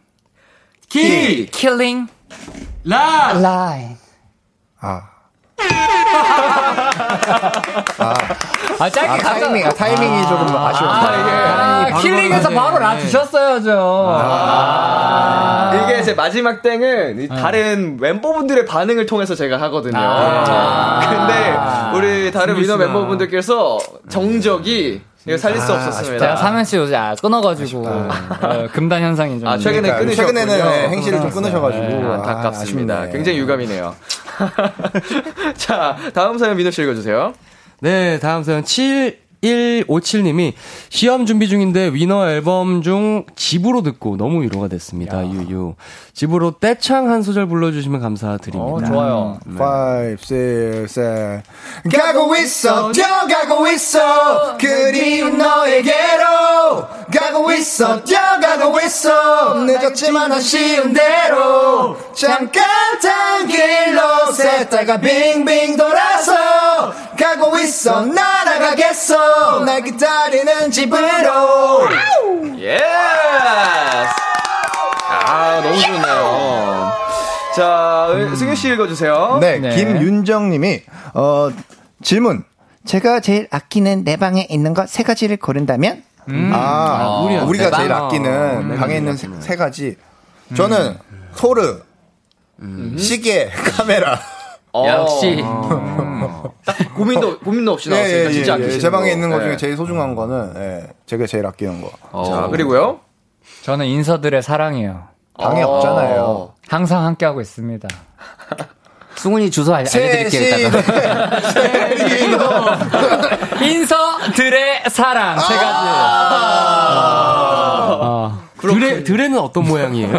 Speaker 2: 키.
Speaker 5: 킬링
Speaker 4: 라
Speaker 5: 라이.
Speaker 6: 아.
Speaker 5: 아, 짧게
Speaker 6: 아,
Speaker 5: 갔다.
Speaker 6: 타이밍, 아, 타이밍이 조금 아쉬워.
Speaker 2: 예.
Speaker 5: 아, 킬링에서 바로 라 주셨어요, 아. 저.
Speaker 2: 아. 이게 제 마지막 땡은
Speaker 5: 네.
Speaker 2: 이 다른 멤버분들의 반응을 통해서 제가 하거든요.
Speaker 5: 아.
Speaker 2: 아. 근데 우리 다른 위너 멤버분들께서 정적이 이거 살릴 수 없었습니다.
Speaker 5: 제가 삼행시 요새 아, 끊어가지고 어, 금단 현상이 좀
Speaker 2: 아, 최근에
Speaker 5: 그러니까요.
Speaker 2: 끊으셨
Speaker 6: 네,
Speaker 5: 최근에는
Speaker 2: 행실을 좀 끊으셔가지고.
Speaker 5: 아,
Speaker 2: 네, 안타깝습니다.
Speaker 5: 아쉽네.
Speaker 2: 굉장히 유감이네요. (laughs) 자, 다음 사연 민호 씨 읽어주세요.
Speaker 12: 네, 다음 사연 7157님이 시험 준비 중인데 위너 앨범 중 집으로 듣고 너무 위로가 됐습니다. 유유. 집으로 떼창 한 소절 불러주시면 감사드립니다.
Speaker 6: 좋아요. 5, 6, 7.
Speaker 8: 가고 있어 뛰어가고 있어 그리운 너에게로 가고 있어 뛰어가고 있어 늦었지만 아쉬운 대로 잠깐 탄 길로 샜다가 빙빙 돌아서 가고 있어 날아가겠어 날 기다리는 집으로
Speaker 2: 예! 아, 너무 좋네요. 자, 승현 씨 읽어주세요.
Speaker 6: 음. 네, 김윤정님이 어 질문.
Speaker 18: 제가 제일 아끼는 내 방에 있는 것 세 가지를 고른다면?
Speaker 5: 음?
Speaker 6: 아,
Speaker 4: 어,
Speaker 6: 우리가,
Speaker 18: 내
Speaker 6: 제일
Speaker 18: 방.
Speaker 6: 아끼는 방에 있는 세, 세 가지. 저는 토르, 시계, (laughs) 카메라.
Speaker 2: 역시.
Speaker 6: 어.
Speaker 2: 고민도, 고민도
Speaker 6: 예,
Speaker 2: 없이 나왔으니까 진짜 아끼시는
Speaker 6: 제 방에
Speaker 2: 거.
Speaker 6: 있는 것 중에
Speaker 2: 네.
Speaker 6: 제일 소중한 거는 예, 제가 제일 아끼는 거.
Speaker 2: 자, 그리고요.
Speaker 5: 저는 인서들의 사랑이에요.
Speaker 6: 방에
Speaker 5: 어.
Speaker 6: 없잖아요.
Speaker 5: 항상 함께 하고 있습니다.
Speaker 7: 승훈이 주소 알, 알려드릴게요.
Speaker 5: 셋이.
Speaker 7: 이따가.
Speaker 6: (laughs)
Speaker 5: (laughs) 인서들의 사랑
Speaker 2: 아.
Speaker 5: 세 가지.
Speaker 12: 드레, 드레는 어떤 모양이에요?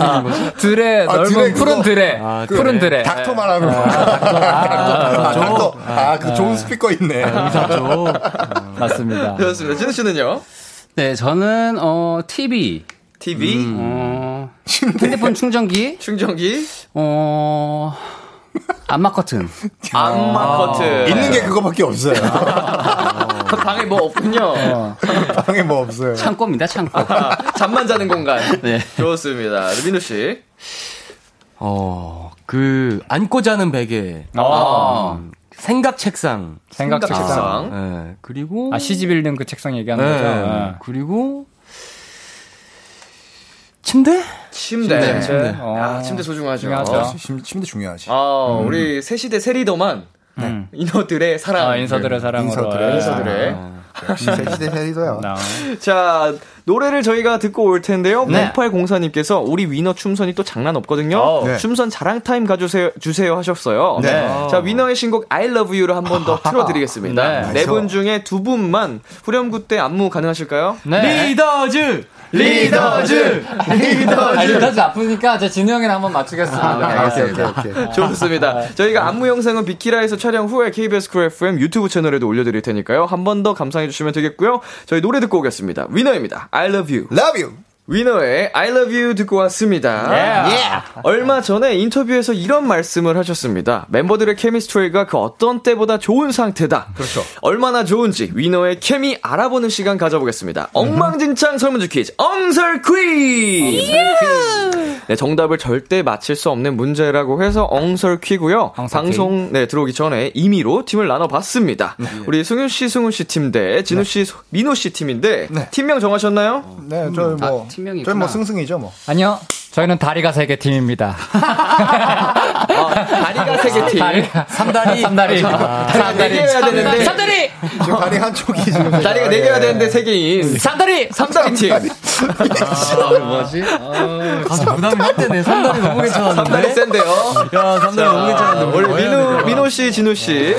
Speaker 5: 아, 드레
Speaker 12: 아,
Speaker 5: 넓은
Speaker 12: 드레
Speaker 5: 푸른
Speaker 12: 그거.
Speaker 5: 드레
Speaker 12: 아, 드레.
Speaker 5: 푸른 드레
Speaker 6: 닥터 말하는 거. 닥터. 아, 그 좋은 스피커 있네.
Speaker 7: 맞습니다.
Speaker 2: 그렇습니다. 진우 씨는요?
Speaker 7: 네, 저는 어 TV.
Speaker 2: TV?
Speaker 6: 음.
Speaker 7: 어, 핸드폰 충전기?
Speaker 2: 충전기?
Speaker 7: 어 안마 커튼.
Speaker 2: 안마 커튼.
Speaker 6: 있는 게 그거밖에 없어요.
Speaker 2: 방에 뭐 없군요.
Speaker 7: 네.
Speaker 6: 방에 뭐 없어요.
Speaker 7: 창고입니다, 창고.
Speaker 2: 아, 잠만 자는 공간. 좋습니다. 민우 씨.
Speaker 12: 어, 그, 안고 자는 베개.
Speaker 2: 아. 어?
Speaker 12: 음, 생각 책상.
Speaker 5: 생각 책상.
Speaker 12: 아, 네, 그리고.
Speaker 5: 아 시집 읽는 그 책상 얘기하는
Speaker 12: 네,
Speaker 5: 거죠. 네.
Speaker 12: 그리고. 침대?
Speaker 2: 네. 침대.
Speaker 5: 네.
Speaker 12: 침대, 침대.
Speaker 5: 어.
Speaker 2: 아, 침대 소중하죠.
Speaker 6: 어, 침- 침대 중요하지.
Speaker 2: 아, 우리 세시대 세리더만 인어들의 사랑.
Speaker 5: 아, 인서들의 사랑으로.
Speaker 2: 인서들의.
Speaker 5: 예.
Speaker 2: 인서들의.
Speaker 6: 역시 세시대 세리더야.
Speaker 2: 자, 노래를 저희가 듣고 올 텐데요.
Speaker 6: 네.
Speaker 2: 0804님께서 우리 위너 춤선이 또 장난 없거든요.
Speaker 6: 네.
Speaker 2: 춤선 자랑 타임 가주세요 주세요 하셨어요.
Speaker 6: 네.
Speaker 2: 자, 위너의 신곡 I Love You를 한 번 더 틀어드리겠습니다.
Speaker 12: 네.
Speaker 2: 네 분 중에 두 분만 후렴구 때 안무 가능하실까요?
Speaker 5: 네.
Speaker 12: 리더즈!
Speaker 2: 리더즈! 리더즈!
Speaker 5: 아, 리더즈 아프니까 제 진우 형이랑 한번 맞추겠습니다.
Speaker 12: 네,
Speaker 2: 아, 네. 좋습니다. 저희가 안무 영상은 비키라에서 촬영 후에 KBS 쿨 FM 유튜브 채널에도 올려드릴 테니까요. 한 번 더 감상해 주시면 되겠고요. 저희 노래 듣고 오겠습니다. 위너입니다. I love you.
Speaker 6: Love you.
Speaker 2: 위너의 I love you 듣고 왔습니다.
Speaker 5: Yeah.
Speaker 2: Yeah. 얼마 전에 인터뷰에서 이런 말씀을 하셨습니다. 멤버들의 케미스트리가 그 어떤 때보다 좋은 상태다. 그렇죠. 얼마나 좋은지 위너의 케미 알아보는 시간 가져보겠습니다. 엉망진창 설문지 퀴즈 엉설 퀴즈. 네, 정답을 절대 맞힐 수 없는 문제라고 해서 엉설퀴고요. 방송 네, 들어오기 전에 임의로 팀을 나눠봤습니다. 우리 승윤 씨, 승훈 씨 팀 대 진우 씨, 소- 민호 씨 팀인데 팀명 정하셨나요?
Speaker 6: 네, 저희
Speaker 5: 아,
Speaker 6: 뭐.
Speaker 5: 팀명이
Speaker 6: 저희 뭐
Speaker 5: 있구나.
Speaker 6: 승승이죠, 뭐.
Speaker 5: 아니요. 저희는 다리가 세 개 팀입니다.
Speaker 2: 다리가 세 개 팀. 아,
Speaker 5: 삼다리. 삼다리.
Speaker 2: 삼다리. 해야 네 되는데.
Speaker 5: 삼다리.
Speaker 6: 지금 다리 한쪽이 지금.
Speaker 2: 다리가 네 개가 되는데 세 개인.
Speaker 5: 예. 삼다리.
Speaker 2: 삼다리 팀.
Speaker 12: 아, 뭐지? 아, 부담이 할 때네. 삼다리 너무 괜찮았는데.
Speaker 2: (laughs) 삼다리 센데요. 아,
Speaker 12: 야, 삼다리 너무 괜찮은데. 뭐
Speaker 2: 원래
Speaker 12: 해야
Speaker 2: 민호
Speaker 12: 되나?
Speaker 2: 민호 씨, 진우 씨.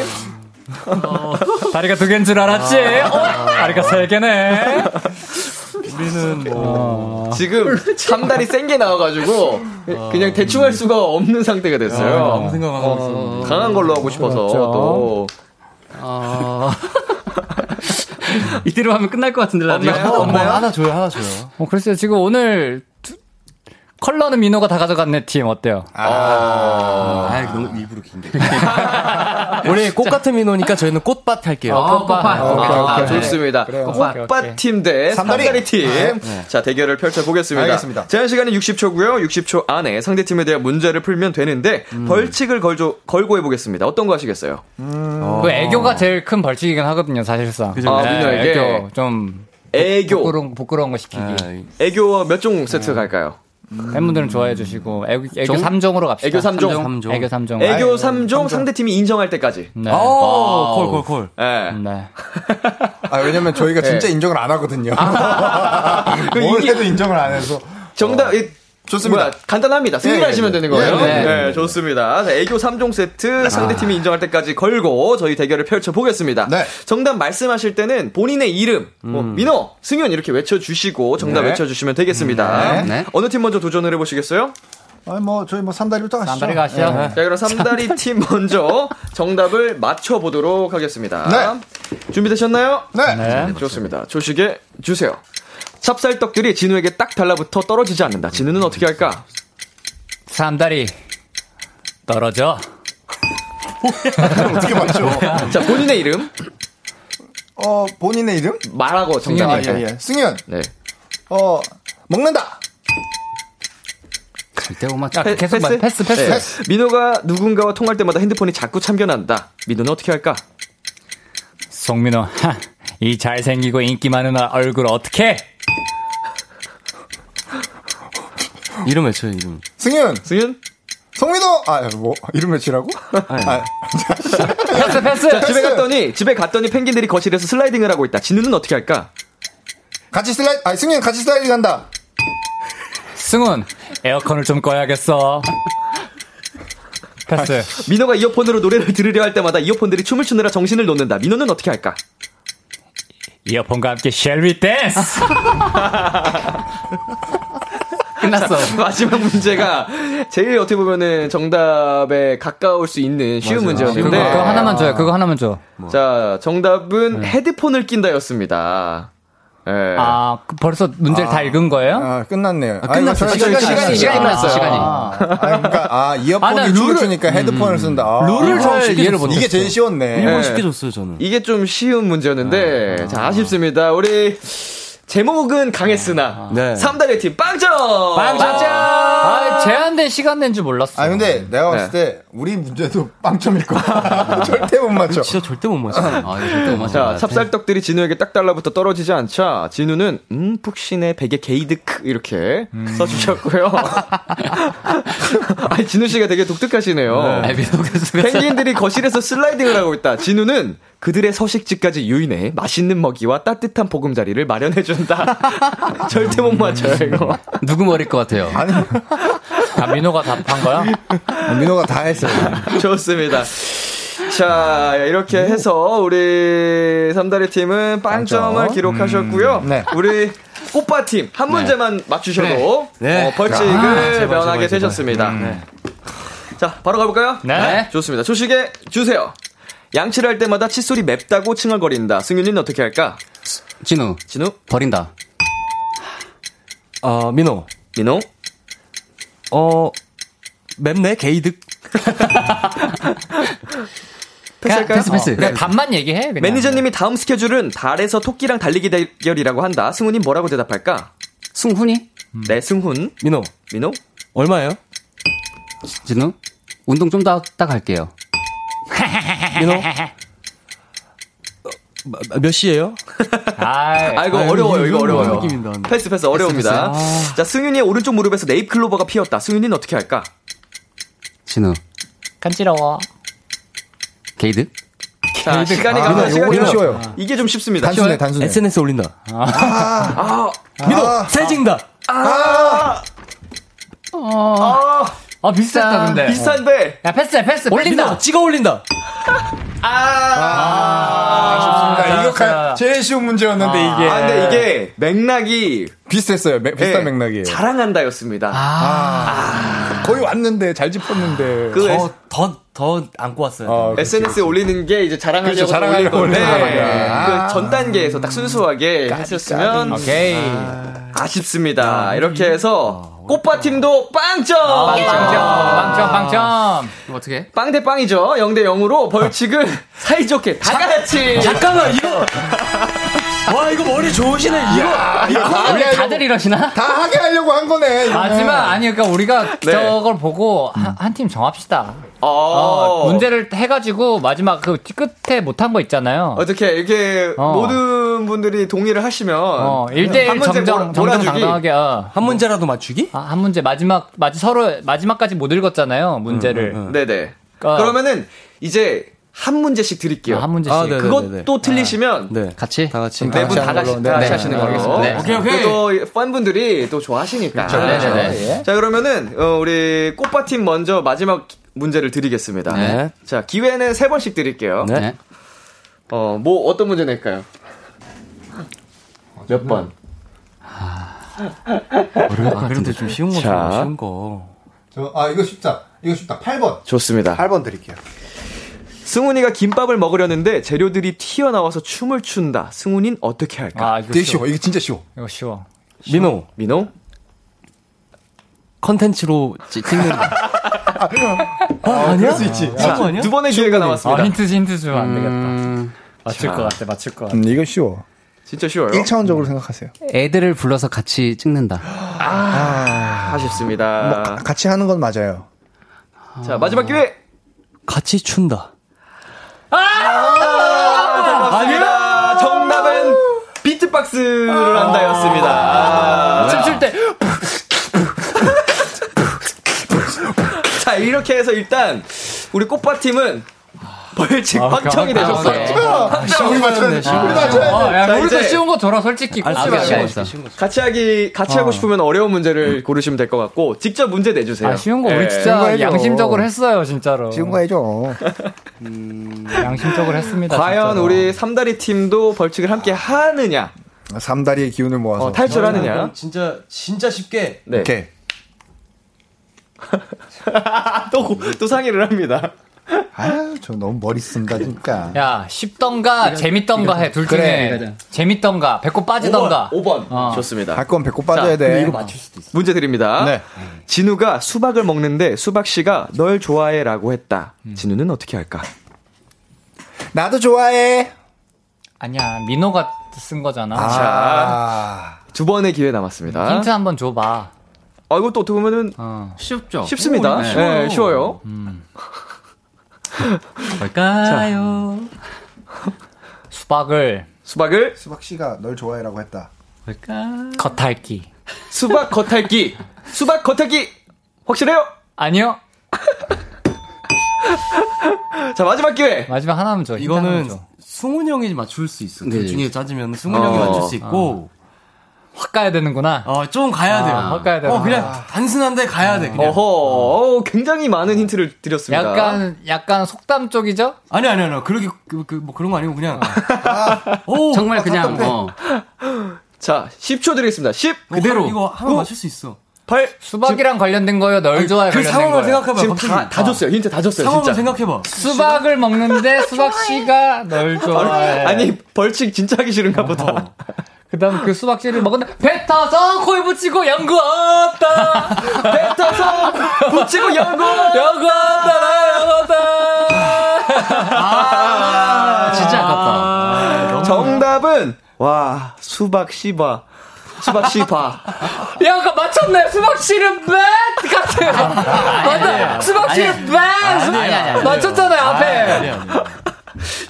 Speaker 5: 다리가 두 개인 줄 알았지?
Speaker 2: 아.
Speaker 5: 어, 다리가 세 개네.
Speaker 12: 우리는 뭐.
Speaker 2: 지금 삼다리 센 게 나와가지고 그냥 대충 할 수가 없는 상태가 됐어요.
Speaker 12: 아, 아무 생각 안 하고 있었는데.
Speaker 2: 강한 걸로 하고 싶어서
Speaker 12: 그렇죠.
Speaker 2: 또.
Speaker 7: 이대로 하면 끝날 것 같은데 나중에.
Speaker 12: 뭐 하나 줘요, 하나
Speaker 5: (laughs)
Speaker 12: 줘요.
Speaker 5: 어, 글쎄요. 지금 오늘 두- 컬러는 민호가 다 가져갔네 팀 어때요?
Speaker 12: 아, 아 너무 일부러 긴데. 우리 꽃 같은 민호니까 저희는 꽃밭 할게요.
Speaker 5: 아, 꽃밭.
Speaker 12: 아,
Speaker 5: 오케이, 오케이,
Speaker 2: 아,
Speaker 5: 오케이.
Speaker 2: 좋습니다.
Speaker 5: 그래요.
Speaker 2: 오빠
Speaker 5: 오케이.
Speaker 2: 팀 대
Speaker 5: 삼다리.
Speaker 2: 삼다리 팀.
Speaker 5: 네.
Speaker 2: 자, 대결을 펼쳐보겠습니다.
Speaker 6: 알겠습니다.
Speaker 2: 제한 시간은 60초고요. 60초 안에 상대팀에 대한 문제를 풀면 되는데 벌칙을 걸죠, 걸고 해보겠습니다. 어떤 거 하시겠어요?
Speaker 5: 그 애교가 제일 큰 벌칙이긴 하거든요, 사실상. 네,
Speaker 2: 그죠. 아, 민호에게?
Speaker 5: 애교 좀
Speaker 2: 애교.
Speaker 12: 네.
Speaker 2: 아,
Speaker 5: 부끄러운, 부끄러운 거 시키기.
Speaker 2: 네. 애교와 몇 종 세트 갈까요?
Speaker 5: 팬분들은 좋아해 주시고 애교,
Speaker 2: 종?
Speaker 5: 애교 3종으로 갑시다.
Speaker 2: 애교 3종.
Speaker 5: 애교 3종.
Speaker 2: 애교 어! 3종 음. 상대팀이 인정할 때까지.
Speaker 5: 네.
Speaker 2: 와우.
Speaker 12: 아, 콜.
Speaker 2: 예.
Speaker 5: 네.
Speaker 6: 아, 왜냐면 저희가 진짜
Speaker 2: 예.
Speaker 6: 인정을 안 하거든요. (laughs)
Speaker 2: 그
Speaker 6: 원래도
Speaker 2: 이게-
Speaker 6: 인정을 안 해서.
Speaker 2: 정답 이-
Speaker 6: 좋습니다.
Speaker 2: 뭐야, 간단합니다. 승리하시면
Speaker 6: 예, 예.
Speaker 2: 되는 거예요.
Speaker 6: 예, 예.
Speaker 2: 네, 좋습니다. 자, 애교 3종 세트 상대팀이 인정할 때까지 걸고 저희 대결을 펼쳐보겠습니다.
Speaker 6: 네.
Speaker 2: 정답 말씀하실 때는 본인의 이름, 뭐, 민호, 승현 이렇게 외쳐주시고 정답
Speaker 6: 네.
Speaker 2: 외쳐주시면 되겠습니다.
Speaker 6: 네. 네.
Speaker 2: 어느 팀 먼저 도전을 해보시겠어요?
Speaker 6: 아, 뭐, 저희 뭐, 삼다리부터 가시죠. 네.
Speaker 2: 자, 그럼 삼다리 팀 먼저 정답을 맞춰보도록 하겠습니다.
Speaker 6: 네.
Speaker 2: 준비되셨나요? 네. 좋습니다. 조식에 주세요. 찹쌀떡들이 진우에게 딱 달라붙어 떨어지지 않는다. 진우는 어떻게 할까?
Speaker 5: 삼다리 떨어져.
Speaker 6: 어떻게 맞죠?
Speaker 2: 자, 본인의 이름.
Speaker 6: 어, 본인의 이름?
Speaker 2: 말하고 정답.
Speaker 6: 아, 예, 예. 승현.
Speaker 2: 네.
Speaker 6: 어, 먹는다!
Speaker 7: 절대 못
Speaker 5: 아,
Speaker 7: 맞춰.
Speaker 2: 자, 패-
Speaker 7: 계속
Speaker 2: 패스?
Speaker 7: 패스? 패스, 패스.
Speaker 2: 네. 민호가 누군가와 통할 때마다 핸드폰이 자꾸 참견한다. 민호는 어떻게 할까?
Speaker 5: 송민호, 하, 이 잘생기고 인기 많은 얼굴 어떻게?
Speaker 12: 이름 외쳐요, 이름.
Speaker 6: 승윤!
Speaker 2: 승윤!
Speaker 6: 송민호! 아, 뭐, 이름 외치라고? 아,
Speaker 5: 패스, 패스!
Speaker 2: 자, 집에 갔더니, 집에 갔더니 펭귄들이 거실에서 슬라이딩을 하고 있다. 진우는 어떻게 할까?
Speaker 6: 같이 슬라이, 아, 승윤 같이 슬라이딩 한다!
Speaker 5: 승훈, 에어컨을 좀 꺼야겠어. 패스.
Speaker 2: 민호가 이어폰으로 노래를 들으려 할 때마다 이어폰들이 춤을 추느라 정신을 놓는다. 민호는 어떻게 할까? (laughs)
Speaker 5: 이어폰과 함께 쉘리 댄스!
Speaker 2: 끝났어.
Speaker 5: 아,
Speaker 2: 마지막 문제가 제일 어떻게 보면은 정답에 가까울 수 있는 쉬운 문제였는데.
Speaker 5: 아, 그거, 그거 하나만 줘요, 그거 하나만 줘.
Speaker 2: 자, 정답은 헤드폰을 낀다였습니다. 예.
Speaker 5: 아, 그 벌써 문제를 다 읽은 거예요?
Speaker 6: 아, 끝났네요.
Speaker 5: 어? 아, 끝났어.
Speaker 6: 이거
Speaker 5: 시간이,
Speaker 6: 저희가
Speaker 5: 시간이,
Speaker 6: 시간이,
Speaker 5: 시간이
Speaker 6: 끝났어요.
Speaker 5: 끝났어요. 시간이.
Speaker 6: 아,
Speaker 5: 아, 나
Speaker 6: 이어폰이
Speaker 5: 룰을-
Speaker 6: 춤을 추니까 헤드폰을 쓴다. 아,
Speaker 12: 룰을
Speaker 6: 이거
Speaker 12: 잘 이해를 못했어.
Speaker 6: 이게 제일 쉬웠네.
Speaker 12: 일본
Speaker 2: 예.
Speaker 12: 쉽게 줬어요, 저는.
Speaker 2: 이게 좀 쉬운 문제였는데, 자, 아쉽습니다. 우리, 제목은 강했으나,
Speaker 12: 네.
Speaker 2: 삼다리 팀 아. 빵점!
Speaker 5: 아, 제한된 시간 낸 줄 몰랐어.
Speaker 6: 아, 근데 내가 봤을 때 우리 문제도 빵점일 거야. (laughs) 절대 못 맞춰.
Speaker 12: 진짜 절대 못 맞춰.
Speaker 2: (laughs)
Speaker 5: 아,
Speaker 2: 자, 찹쌀떡들이 진우에게 딱 달라붙어 떨어지지 않자, 진우는, 음, 푹신의 베개 게이드크, 이렇게 (laughs) 써주셨고요. 아니, 진우씨가 되게 독특하시네요. 펭귄들이 거실에서 슬라이딩을 하고 있다. 진우는 그들의 서식지까지 유인해 맛있는 먹이와 따뜻한 보금자리를 마련해준다. (laughs) 절대 못 맞춰요, 이거.
Speaker 7: 누구 머리일 것 같아요?
Speaker 5: (laughs)
Speaker 6: 아니.
Speaker 5: 아, 민호가 답한 거야?
Speaker 6: 아, 민호가 다 했어요.
Speaker 2: (laughs) 좋습니다. 자, 이렇게 해서 우리 삼다리 팀은 빵점을
Speaker 6: 빵점.
Speaker 2: 기록하셨고요.
Speaker 6: 음, 네.
Speaker 2: 우리 꽃바 팀 한 문제만 맞추셔도
Speaker 6: 네.
Speaker 2: 어, 벌칙을
Speaker 6: 아, 제발, 제발,
Speaker 2: 면하게
Speaker 6: 제발.
Speaker 2: 되셨습니다. 네.
Speaker 6: 음.
Speaker 2: 자, 바로 가볼까요?
Speaker 5: 네. 네.
Speaker 2: 좋습니다. 조식에 주세요. 양치를 할 때마다 칫솔이 맵다고 칭얼거린다. 승윤이는 어떻게 할까?
Speaker 7: 진우.
Speaker 2: 진우.
Speaker 7: 버린다.
Speaker 12: 어, 민호.
Speaker 2: 민호.
Speaker 12: 어, 맵네, 게이득.
Speaker 2: 패스할까요?
Speaker 12: 패스, 패스.
Speaker 2: 그냥
Speaker 5: 답만 얘기해. 그냥.
Speaker 2: 매니저님이 다음 스케줄은 달에서 토끼랑 달리기 대결이라고 한다. 승훈이 뭐라고 대답할까?
Speaker 7: 승훈이?
Speaker 6: 음.
Speaker 2: 네, 승훈.
Speaker 12: 민호.
Speaker 2: 민호.
Speaker 12: 얼마예요?
Speaker 7: 진우? 운동 좀 더 딱 할게요.
Speaker 12: 민호? 어, 마- 마- 몇 시예요?
Speaker 5: 예. 네,
Speaker 2: 아, 이거
Speaker 12: 아유,
Speaker 2: 어려워요. 이거
Speaker 12: 이건
Speaker 2: 어려워요.
Speaker 12: 느낌인데, 안 돼.
Speaker 2: 패스 패스 어려웁니다. 자, 승윤이의 오른쪽 무릎에서 네잎 클로버가 피었다. 승윤이는 어떻게 할까?
Speaker 7: 진우.
Speaker 5: 간지러워.
Speaker 7: 게이드?
Speaker 2: 자,
Speaker 12: 게이득.
Speaker 2: 시간이
Speaker 12: 아,
Speaker 2: 가면
Speaker 12: 이거
Speaker 2: 시간이
Speaker 12: 이거
Speaker 2: 가면
Speaker 12: 쉬워요.
Speaker 2: 이게 좀 쉽습니다. 쉬워요?
Speaker 12: SNS 올린다.
Speaker 2: 아,
Speaker 12: 민호! 세진다!
Speaker 2: 아,
Speaker 5: 아, 비슷했다, 근데.
Speaker 2: 비슷한데.
Speaker 5: 야, 패스해, 패스. 올린다.
Speaker 12: 민호, 찍어 올린다!
Speaker 6: 아, 이거 가- 제일 쉬운 문제였는데 이게.
Speaker 2: 아, 근데 이게 맥락이
Speaker 6: 비슷했어요. 맥- 비슷한
Speaker 2: 예,
Speaker 6: 맥락이에요.
Speaker 2: 자랑한다였습니다.
Speaker 6: 거의 왔는데 잘 짚었는데.
Speaker 2: 그
Speaker 12: 더, 더, 더 안고 네. 왔어요.
Speaker 6: 어, 그치,
Speaker 2: SNS에 올리는 게 이제 자랑하려고
Speaker 6: 그렇죠, 자랑하려고
Speaker 2: 올린 건데
Speaker 6: 올리는 거구나.
Speaker 2: 그전 단계에서 딱 순수하게 했었으면
Speaker 5: 오케이.
Speaker 2: 아쉽습니다. 이렇게 해서 꽃바 팀도 빵점.
Speaker 5: 빵점, 빵점.
Speaker 7: 이거 어떻게 해?
Speaker 2: 빵 대 빵이죠. 0 대 0으로 벌칙을 사이좋게 다 같이.
Speaker 12: 잠깐만, 이거! 와, 이거 머리 좋으시네, 이거!
Speaker 6: 아, 이거 다 하게
Speaker 5: 다들,
Speaker 6: 하려고-
Speaker 5: 다들 이러시나? 아,
Speaker 6: 다 하게 하려고 한 거네. 이거는.
Speaker 5: 하지만, 아니, 그러니까 우리가
Speaker 2: 네.
Speaker 5: 저걸 보고 한 팀 정합시다.
Speaker 2: 아.
Speaker 5: 어, 문제를 해가지고 마지막 그 끝에 못한 거 있잖아요.
Speaker 2: 어떻게 이렇게
Speaker 5: 어.
Speaker 2: 모든 분들이 동의를 하시면
Speaker 5: 어, 1대1 정정, 정정당당하게. 한
Speaker 12: 문제라도 맞추기?
Speaker 5: 아, 한 문제. 마지막, 마지, 서로 마지막까지 못 읽었잖아요, 문제를.
Speaker 2: 네네. 그러면은 이제 한 문제씩 드릴게요.
Speaker 5: 그러니까 아, 한 문제씩. 아, 네네네네.
Speaker 2: 그것도 틀리시면
Speaker 5: 같이? 다
Speaker 12: 같이.
Speaker 2: 네 분 다 같이, 다 같이 하시는 걸로. 그리고 또 팬분들이 또 좋아하시니까.
Speaker 5: 네, 그렇죠, 그렇죠. 네네네.
Speaker 2: 자, 그러면은 어, 우리 꽃바팀 먼저 마지막 문제를 드리겠습니다.
Speaker 12: 네.
Speaker 2: 자, 기회는 세 번씩 드릴게요.
Speaker 12: 네.
Speaker 2: 어, 뭐 어떤 문제 낼까요? 몇 번?
Speaker 12: 아, 그런데 좀 쉬운 거,
Speaker 2: 자.
Speaker 12: 좀 쉬운 거.
Speaker 6: 저, 아, 이거 쉽다. 이거 쉽다. 8번.
Speaker 2: 좋습니다.
Speaker 6: 8번 드릴게요.
Speaker 2: 승훈이가 김밥을 먹으려는데 재료들이 튀어나와서 춤을 춘다. 승훈이는 어떻게 할까?
Speaker 5: 아, 이거 되게 쉬워. 쉬워. 이거
Speaker 6: 진짜 쉬워.
Speaker 5: 이거 쉬워.
Speaker 12: 민호.
Speaker 2: 민호?
Speaker 12: 컨텐츠로 찌- 찍는 거. 아, 아니야?
Speaker 6: 그럴 수 있지.
Speaker 12: 자,
Speaker 6: 아,
Speaker 12: 두 번의
Speaker 2: 기회가
Speaker 5: 아, 힌트, 힌트 주면 안 되겠다. 음, 맞출
Speaker 7: 자.
Speaker 5: 것 같아, 맞출 것 같아.
Speaker 6: 음, 이거 쉬워.
Speaker 2: 진짜 쉬워요.
Speaker 6: 1차원적으로 생각하세요.
Speaker 7: 애들을 불러서 같이 찍는다.
Speaker 2: 아, 아쉽습니다.
Speaker 6: 뭐, 가- 같이 하는 건 맞아요.
Speaker 5: 뭐.
Speaker 2: 자, 마지막 기회!
Speaker 12: 같이 춘다.
Speaker 2: 아니야! 정답은 비트박스를
Speaker 5: 아.
Speaker 2: 한다였습니다.
Speaker 5: 춤출 때.
Speaker 2: 자, 이렇게 해서 일단, 우리 꽃밭팀은 벌칙
Speaker 5: 아,
Speaker 2: 확정이
Speaker 5: 깜깜하네.
Speaker 2: 되셨어요.
Speaker 5: 아, 쉬운 거였네, 쉬운 거. 아, 야, 우리도 쉬운 거 줘라, 솔직히.
Speaker 2: 아,
Speaker 5: 아,
Speaker 2: 쉬운 거,
Speaker 5: 알겠어.
Speaker 2: 쉬운 거. 같이 하기, 같이
Speaker 5: 아.
Speaker 2: 하고 싶으면 어려운 문제를 고르시면 될 것 같고, 직접 문제 내주세요.
Speaker 5: 아, 쉬운 거
Speaker 2: 예.
Speaker 5: 우리 진짜 양심적으로 했어요, 진짜로.
Speaker 2: 쉬운
Speaker 6: 거 해줘.
Speaker 5: 양심적으로 했습니다.
Speaker 2: 과연
Speaker 5: 진짜로.
Speaker 2: 우리 삼다리 팀도 벌칙을 함께 하느냐?
Speaker 6: 삼다리의 기운을 모아서.
Speaker 2: 어, 탈출하느냐?
Speaker 12: 진짜, 진짜 쉽게.
Speaker 2: 네.
Speaker 6: 오케이.
Speaker 2: (laughs) 또, 또 상의를 합니다.
Speaker 6: 아유, 저 너무 머리 쓴다, 진짜.
Speaker 5: 야, 쉽던가 재밌던가 해. 둘 중에
Speaker 6: 그래, 그래.
Speaker 5: 재밌던가 배꼽 빠지던가.
Speaker 2: 5번. 좋습니다.
Speaker 6: 할건 배꼽 빠져야 돼.
Speaker 2: 수도 있어. 아, 문제 드립니다. 진우가 수박을 먹는데 수박 씨가 널 좋아해라고 했다. 진우는 어떻게 할까?
Speaker 6: 나도 좋아해.
Speaker 5: 아니야, 민호가 쓴 거잖아.
Speaker 2: 자, 두 번의 기회 남았습니다.
Speaker 5: 힌트 한번 줘봐.
Speaker 2: 아, 이것도 어떻게 보면은
Speaker 5: 쉽죠.
Speaker 2: 쉽습니다. 네, 쉬워요.
Speaker 5: 뭘까요? 수박을
Speaker 2: 수박을
Speaker 6: 수박 씨가 널 좋아해라고 했다.
Speaker 5: 겉핥기.
Speaker 2: 수박 겉핥기. 수박 겉핥기. 확실해요?
Speaker 5: 아니요.
Speaker 2: 자, 마지막 기회.
Speaker 5: 마지막 하나만 줘. 힌트 하나만
Speaker 12: 이거는
Speaker 5: 줘.
Speaker 12: 승훈이 형이 맞출 수 있어.
Speaker 5: 네.
Speaker 12: 둘 중에 짜지면 승훈이 형이
Speaker 5: 어.
Speaker 12: 맞출 수 있고.
Speaker 5: 확 가야 되는구나.
Speaker 12: 어, 좀 가야 돼요.
Speaker 5: 아, 확 가야 되나?
Speaker 12: 어, 그냥 단순한데 가야 돼. 그냥.
Speaker 2: 어허, 어우, 굉장히 많은 힌트를 드렸습니다.
Speaker 5: 약간 약간 속담 쪽이죠?
Speaker 12: 아니, 아니, 아니. 그러게, 그, 그, 뭐 그런 거 아니고 그냥.
Speaker 7: 정말 그냥 어.
Speaker 2: 자, 10초 드리겠습니다. 10 그대로.
Speaker 12: 이거 하나 맞출 수 있어.
Speaker 2: 8
Speaker 5: 수박이랑 관련된 거예요. 널 좋아해
Speaker 12: 그
Speaker 5: 관련된
Speaker 12: 상황을
Speaker 5: 거예요.
Speaker 12: 생각해봐.
Speaker 2: 지금
Speaker 12: 갑자기.
Speaker 2: 다, 다 줬어요. 힌트 다 줬어요.
Speaker 12: 아. 상황을
Speaker 2: 진짜.
Speaker 12: 생각해봐.
Speaker 5: 수박을 먹는데 수박 씨가 널
Speaker 12: 예.
Speaker 5: 좋아해.
Speaker 2: 아니, 벌칙 진짜 하기
Speaker 12: 어,
Speaker 2: 싫은가 보다.
Speaker 5: 그다음 그 수박 씨를 먹은 뱉어서 코에 붙이고 연구 없다.
Speaker 2: 뱉어서 붙이고 연구.
Speaker 5: 연구 없다. 나 연구 없다.
Speaker 7: 진짜 아깝다.
Speaker 2: 정답은 와 수박 씨바 수박 씨바
Speaker 5: 야, 아까 맞췄네. 수박 씨를 뱉 같아. 맞다. 수박 씨를 뱉.
Speaker 7: 아니, 아니, 아니.
Speaker 5: 맞췄잖아요 앞에.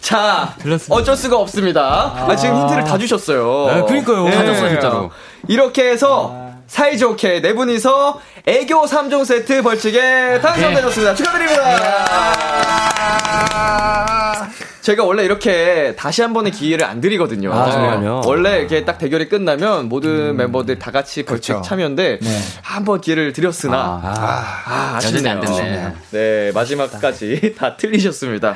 Speaker 2: 자
Speaker 12: 들렸습니다.
Speaker 2: 어쩔 수가 없습니다 아, 지금 힌트를 다 주셨어요
Speaker 12: 네, 그러니까요. 다 줬어요,
Speaker 2: 진짜로 이렇게 해서 사이좋게 네 분이서 애교 3종 세트 벌칙에 당첨되셨습니다 축하드립니다 제가 원래 이렇게 다시 한 번의 기회를 안 드리거든요.
Speaker 12: 아, 정말요?
Speaker 2: 원래 이렇게 딱 대결이 끝나면 모든 멤버들 다 같이 벌칙
Speaker 6: 그렇죠.
Speaker 2: 참여인데 한 번 기회를 드렸으나 아,
Speaker 7: 여전히 안
Speaker 2: 아쉽네요.
Speaker 7: 됐네.
Speaker 2: 네, 마지막까지 (laughs) 다 틀리셨습니다.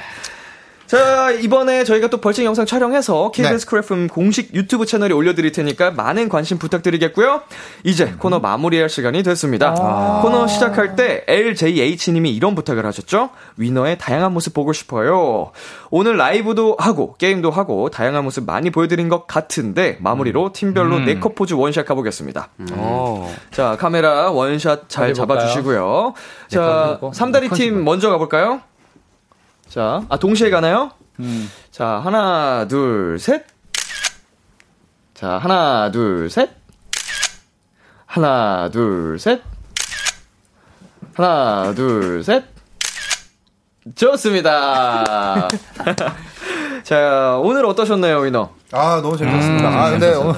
Speaker 2: 자, 이번에 저희가 또 벌칙 영상 촬영해서 KBS 크 크래프ම් 공식 유튜브 채널에 올려드릴 테니까 많은 관심 부탁드리겠고요. 이제 코너 마무리할 시간이 됐습니다. 코너 시작할 때 LJH님이 이런 부탁을 하셨죠? 위너의 다양한 모습 보고 싶어요. 오늘 라이브도 하고, 게임도 하고, 다양한 모습 많이 보여드린 것 같은데, 마무리로 팀별로 네컷 포즈 원샷 가보겠습니다.
Speaker 12: 어.
Speaker 2: 자, 카메라 원샷 잘
Speaker 5: 어디 볼까요?
Speaker 2: 잡아주시고요.
Speaker 5: 컨셉
Speaker 2: 자,
Speaker 5: 있고.
Speaker 2: 삼다리
Speaker 5: 컨셉
Speaker 2: 팀 먼저 가볼까요? 자, 아, 동시에 가나요? 자, 하나, 둘, 셋. 자, 하나, 둘, 셋. 하나, 둘, 셋. 하나, 둘, 셋. 좋습니다. 자, 오늘 어떠셨나요, 위너?
Speaker 6: 아, 너무 재밌었습니다. 아, 근데 오늘,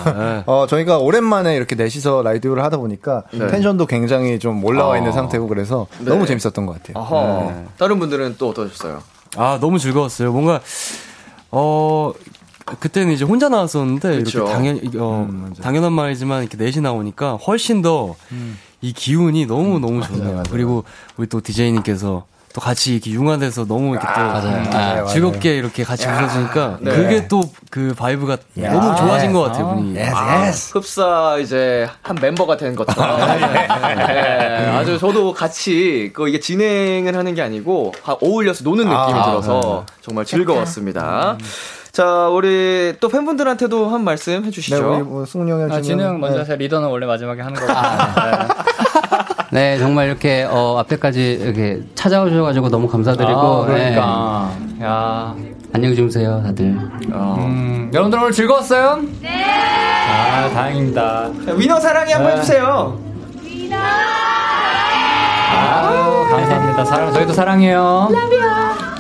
Speaker 6: 어, 저희가 오랜만에 이렇게 넷이서 라디오를 하다 보니까
Speaker 2: 네.
Speaker 6: 텐션도 굉장히 좀 올라와
Speaker 2: 아.
Speaker 6: 있는 상태고 그래서
Speaker 2: 네.
Speaker 6: 너무 재밌었던 것 같아요.
Speaker 2: 어허.
Speaker 6: 네.
Speaker 2: 다른 분들은 또 어떠셨어요?
Speaker 4: 아 너무 즐거웠어요. 뭔가 어 그때는 이제 혼자 나왔었는데
Speaker 2: 그쵸.
Speaker 19: 그렇죠.
Speaker 4: 이렇게 당연 어,
Speaker 19: 음,
Speaker 4: 당연한 말이지만 이렇게 넷이 나오니까 훨씬 더 이
Speaker 19: 음.
Speaker 4: 기운이 너무 너무 좋네요. 그리고 우리 또 디제이님께서 또 같이 이렇게 융화돼서 너무 이렇게 또
Speaker 19: 맞아요.
Speaker 4: 음,
Speaker 19: 맞아요,
Speaker 4: 즐겁게 이렇게 같이
Speaker 19: 야.
Speaker 4: 웃어주니까
Speaker 2: 네.
Speaker 4: 그게 또 그 바이브가
Speaker 2: 야.
Speaker 4: 너무 좋아진
Speaker 19: 네.
Speaker 4: 것 같아요
Speaker 2: 아.
Speaker 19: 어,
Speaker 4: 분위기.
Speaker 6: 네.
Speaker 2: 아, 흡사 이제 한 멤버가 된 것처럼.
Speaker 20: 아, 예.
Speaker 2: 네, 아주 저도 같이 그 이게 진행을 하는 게 아니고 아, 어울려서 노는 느낌이
Speaker 20: 아,
Speaker 2: 들어서 정말 즐거웠습니다. 자, 우리 또 팬분들한테도 한 말씀 해주시죠.
Speaker 6: 네, 우리 뭐 승훈이 형이
Speaker 5: 아, 진우 형 먼저
Speaker 2: 네.
Speaker 5: 제 리더는 원래 마지막에 하는 거고.
Speaker 19: 아. (laughs) 네, 정말 이렇게 어, 앞에까지 이렇게 찾아와 주셔가지고 너무 감사드리고.
Speaker 5: 아, 그러니까.
Speaker 19: 네. 안녕히 주무세요, 다들.
Speaker 5: 음, 여러분들 오늘 즐거웠어요? 네. 아 다행입니다.
Speaker 20: 네,
Speaker 2: 위너 사랑해 한번 해주세요.
Speaker 5: 아우 감사합니다. 사랑 저희도 사랑해요.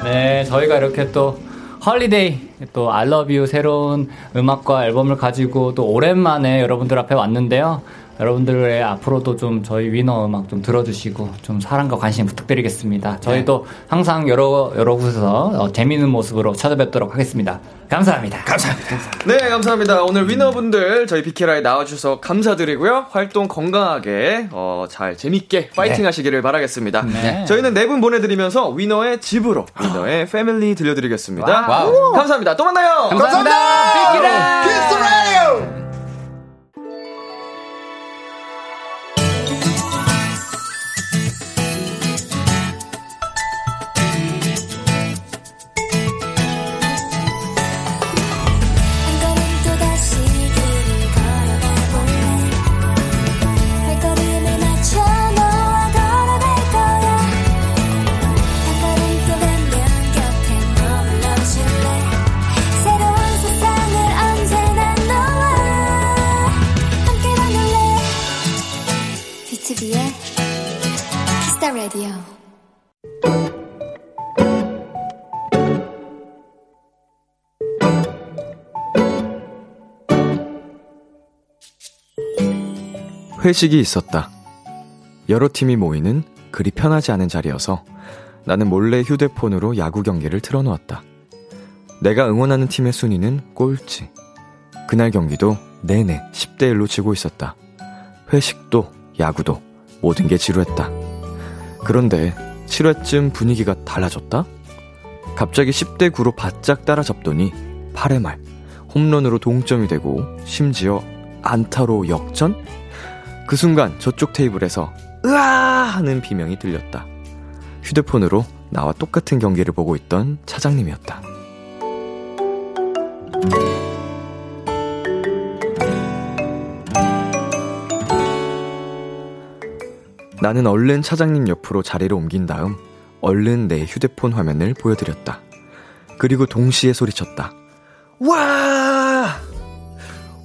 Speaker 5: 네, 저희가 이렇게 또 헐리데이 또 알러뷰 새로운 음악과 앨범을 가지고 또 오랜만에 여러분들 앞에 왔는데요. 여러분들의 앞으로도 좀 저희 위너 음악 좀 들어주시고 좀 사랑과 관심 부탁드리겠습니다. 저희도 항상 여러 여러 곳에서 어, 재미있는 모습으로 찾아뵙도록 하겠습니다. 감사합니다.
Speaker 2: 감사합니다. 네, 감사합니다. 오늘 위너분들 저희 비키라에 나와주셔서 감사드리고요. 활동 건강하게, 어, 잘, 재밌게 파이팅
Speaker 20: 네.
Speaker 2: 하시기를 바라겠습니다.
Speaker 20: 네.
Speaker 2: 저희는 네 분 보내드리면서 위너의 집으로, 위너의 패밀리 들려드리겠습니다.
Speaker 20: 아. 와우.
Speaker 2: 와우. 감사합니다. 또 만나요!
Speaker 20: 감사합니다.
Speaker 2: 비키라!
Speaker 21: 키스 라디오
Speaker 8: 또다시 길을 걸어가 볼래 발걸음에 맞춰 너와 걸어갈 거야 한 걸음 또 가면 곁에 머물러 줄래 새로운 세상을 언제나 너와 함께 만들래 BTOB의 키스타 라디오
Speaker 2: 회식이 있었다. 여러 팀이 모이는 그리 편하지 않은 자리여서 나는 몰래 휴대폰으로 야구 경기를 틀어놓았다. 내가 응원하는 팀의 순위는 꼴찌. 그날 경기도 내내 10대1로 지고 있었다. 회식도 야구도 모든 게 지루했다. 그런데 7회쯤 분위기가 달라졌다? 갑자기 10대9로 바짝 따라잡더니 8회 말 홈런으로 동점이 되고 심지어 안타로 역전? 그 순간 저쪽 테이블에서 으아 하는 비명이 들렸다. 휴대폰으로 나와 똑같은 경기를 보고 있던 차장님이었다. 나는 얼른 차장님 옆으로 자리를 옮긴 다음 얼른 내 휴대폰 화면을 보여드렸다. 그리고 동시에 소리쳤다. 와!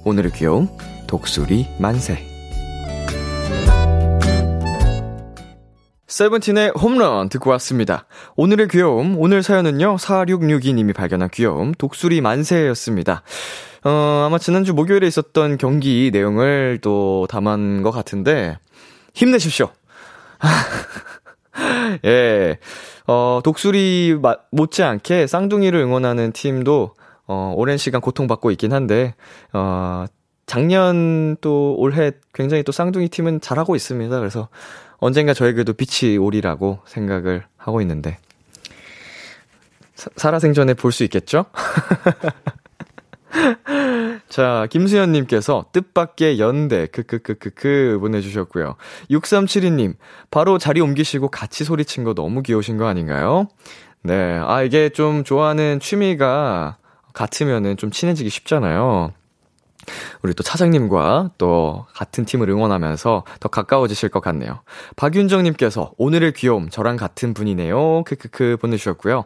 Speaker 2: 오늘의 귀여움, 독수리 만세. 세븐틴의 홈런 듣고 왔습니다. 오늘의 귀여움, 오늘 사연은요, 4662님이 발견한 귀여움, 독수리 만세였습니다. 어, 아마 지난주 목요일에 있었던 경기 내용을 또 담은 것 같은데, 힘내십시오. (laughs) 예. 어, 독수리 마- 못지않게 쌍둥이를 응원하는 팀도, 어, 오랜 시간 고통받고 있긴 한데, 어, 작년 또 올해 굉장히 또 쌍둥이 팀은 잘하고 있습니다. 그래서 언젠가 저에게도 빛이 오리라고 생각을 하고 있는데, 사- 살아생전에 볼 수 있겠죠? (laughs) 자, 김수현님께서 뜻밖의 연대, 크크크크크 보내주셨고요. 6372님, 바로 자리 옮기시고 같이 소리친 거 너무 귀여우신 거 아닌가요? 네, 아, 이게 좀 좋아하는 취미가 같으면은 좀 친해지기 쉽잖아요. 우리 또 차장님과 또 같은 팀을 응원하면서 더 가까워지실 것 같네요. 박윤정님께서 오늘의 귀여움 저랑 같은 분이네요. 크크크 보내주셨고요.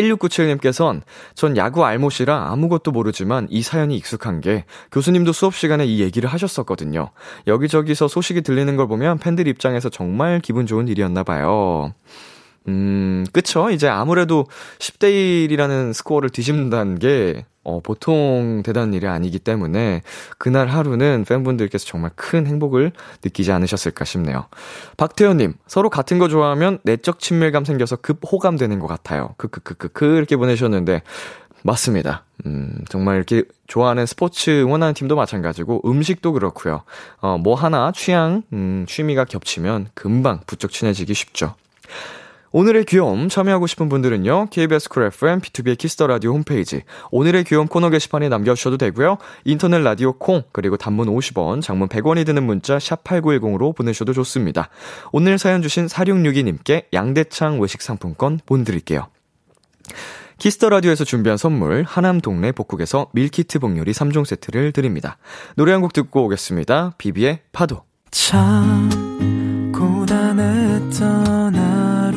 Speaker 2: K1697님께선 전 야구 알못이라 아무것도 모르지만 이 사연이 익숙한 게 교수님도 수업 시간에 이 얘기를 하셨었거든요. 여기저기서 소식이 들리는 걸 보면 팬들 입장에서 정말 기분 좋은 일이었나 봐요. 음, 그쵸. 이제 아무래도 10대 1이라는 스코어를 뒤집는다는 게, 어, 보통 대단한 일이 아니기 때문에, 그날 하루는 팬분들께서 정말 큰 행복을 느끼지 않으셨을까 싶네요. 박태현님, 서로 같은 거 좋아하면 내적 친밀감 생겨서 급 호감되는 것 같아요. 크크크크크, 이렇게 보내셨는데, 맞습니다. 음, 정말 이렇게 좋아하는 스포츠 응원하는 팀도 마찬가지고 음식도 그렇고요. 어, 뭐 하나 취향, 음, 취미가 겹치면 금방 부쩍 친해지기 쉽죠. 오늘의 귀여움 참여하고 싶은 분들은요. KBS 쿨 FM, B2B의 키스터 라디오 홈페이지 오늘의 귀여움 코너 게시판에 남겨 주셔도 되고요. 인터넷 라디오 콩 그리고 단문 50원, 장문 100원이 드는 문자 샵 8910으로 보내셔도 좋습니다. 오늘 사연 주신 4662님께 양대창 외식 상품권 본 드릴게요. 키스터 라디오에서 준비한 선물 하남 동네 복국에서 밀키트 복요리 3종 세트를 드립니다. 노래 한 곡 듣고 오겠습니다. 비비의 파도.
Speaker 22: 참 고단했던 하루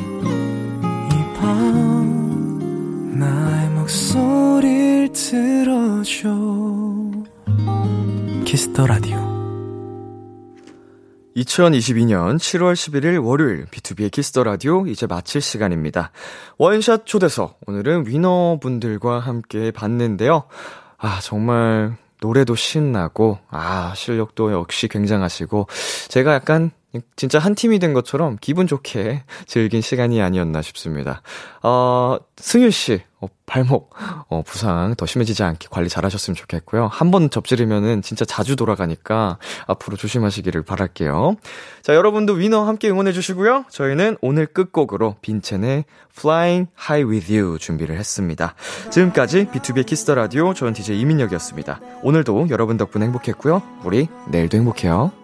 Speaker 22: 이 밤 나의 목소리를 들어줘 키스터 라디오
Speaker 2: 2022년 7월 11일 월요일 B2B의 키스터 라디오 이제 마칠 시간입니다. 원샷 초대석 오늘은 위너분들과 함께 봤는데요. 아 정말 노래도 신나고 아 실력도 역시 굉장하시고 제가 약간 진짜 한 팀이 된 것처럼 기분 좋게 즐긴 시간이 아니었나 싶습니다. 어, 승윤 씨, 어, 발목, 어, 부상 더 심해지지 않게 관리 잘 하셨으면 좋겠고요. 한 번 접지르면은 진짜 자주 돌아가니까 앞으로 조심하시기를 바랄게요. 자, 여러분도 위너 함께 응원해 주시고요. 저희는 오늘 끝곡으로 빈첸의 Flying High With You 준비를 했습니다. 지금까지 B2B 키스터 라디오 저는 DJ 이민혁이었습니다. 오늘도 여러분 덕분에 행복했고요. 우리 내일도 행복해요.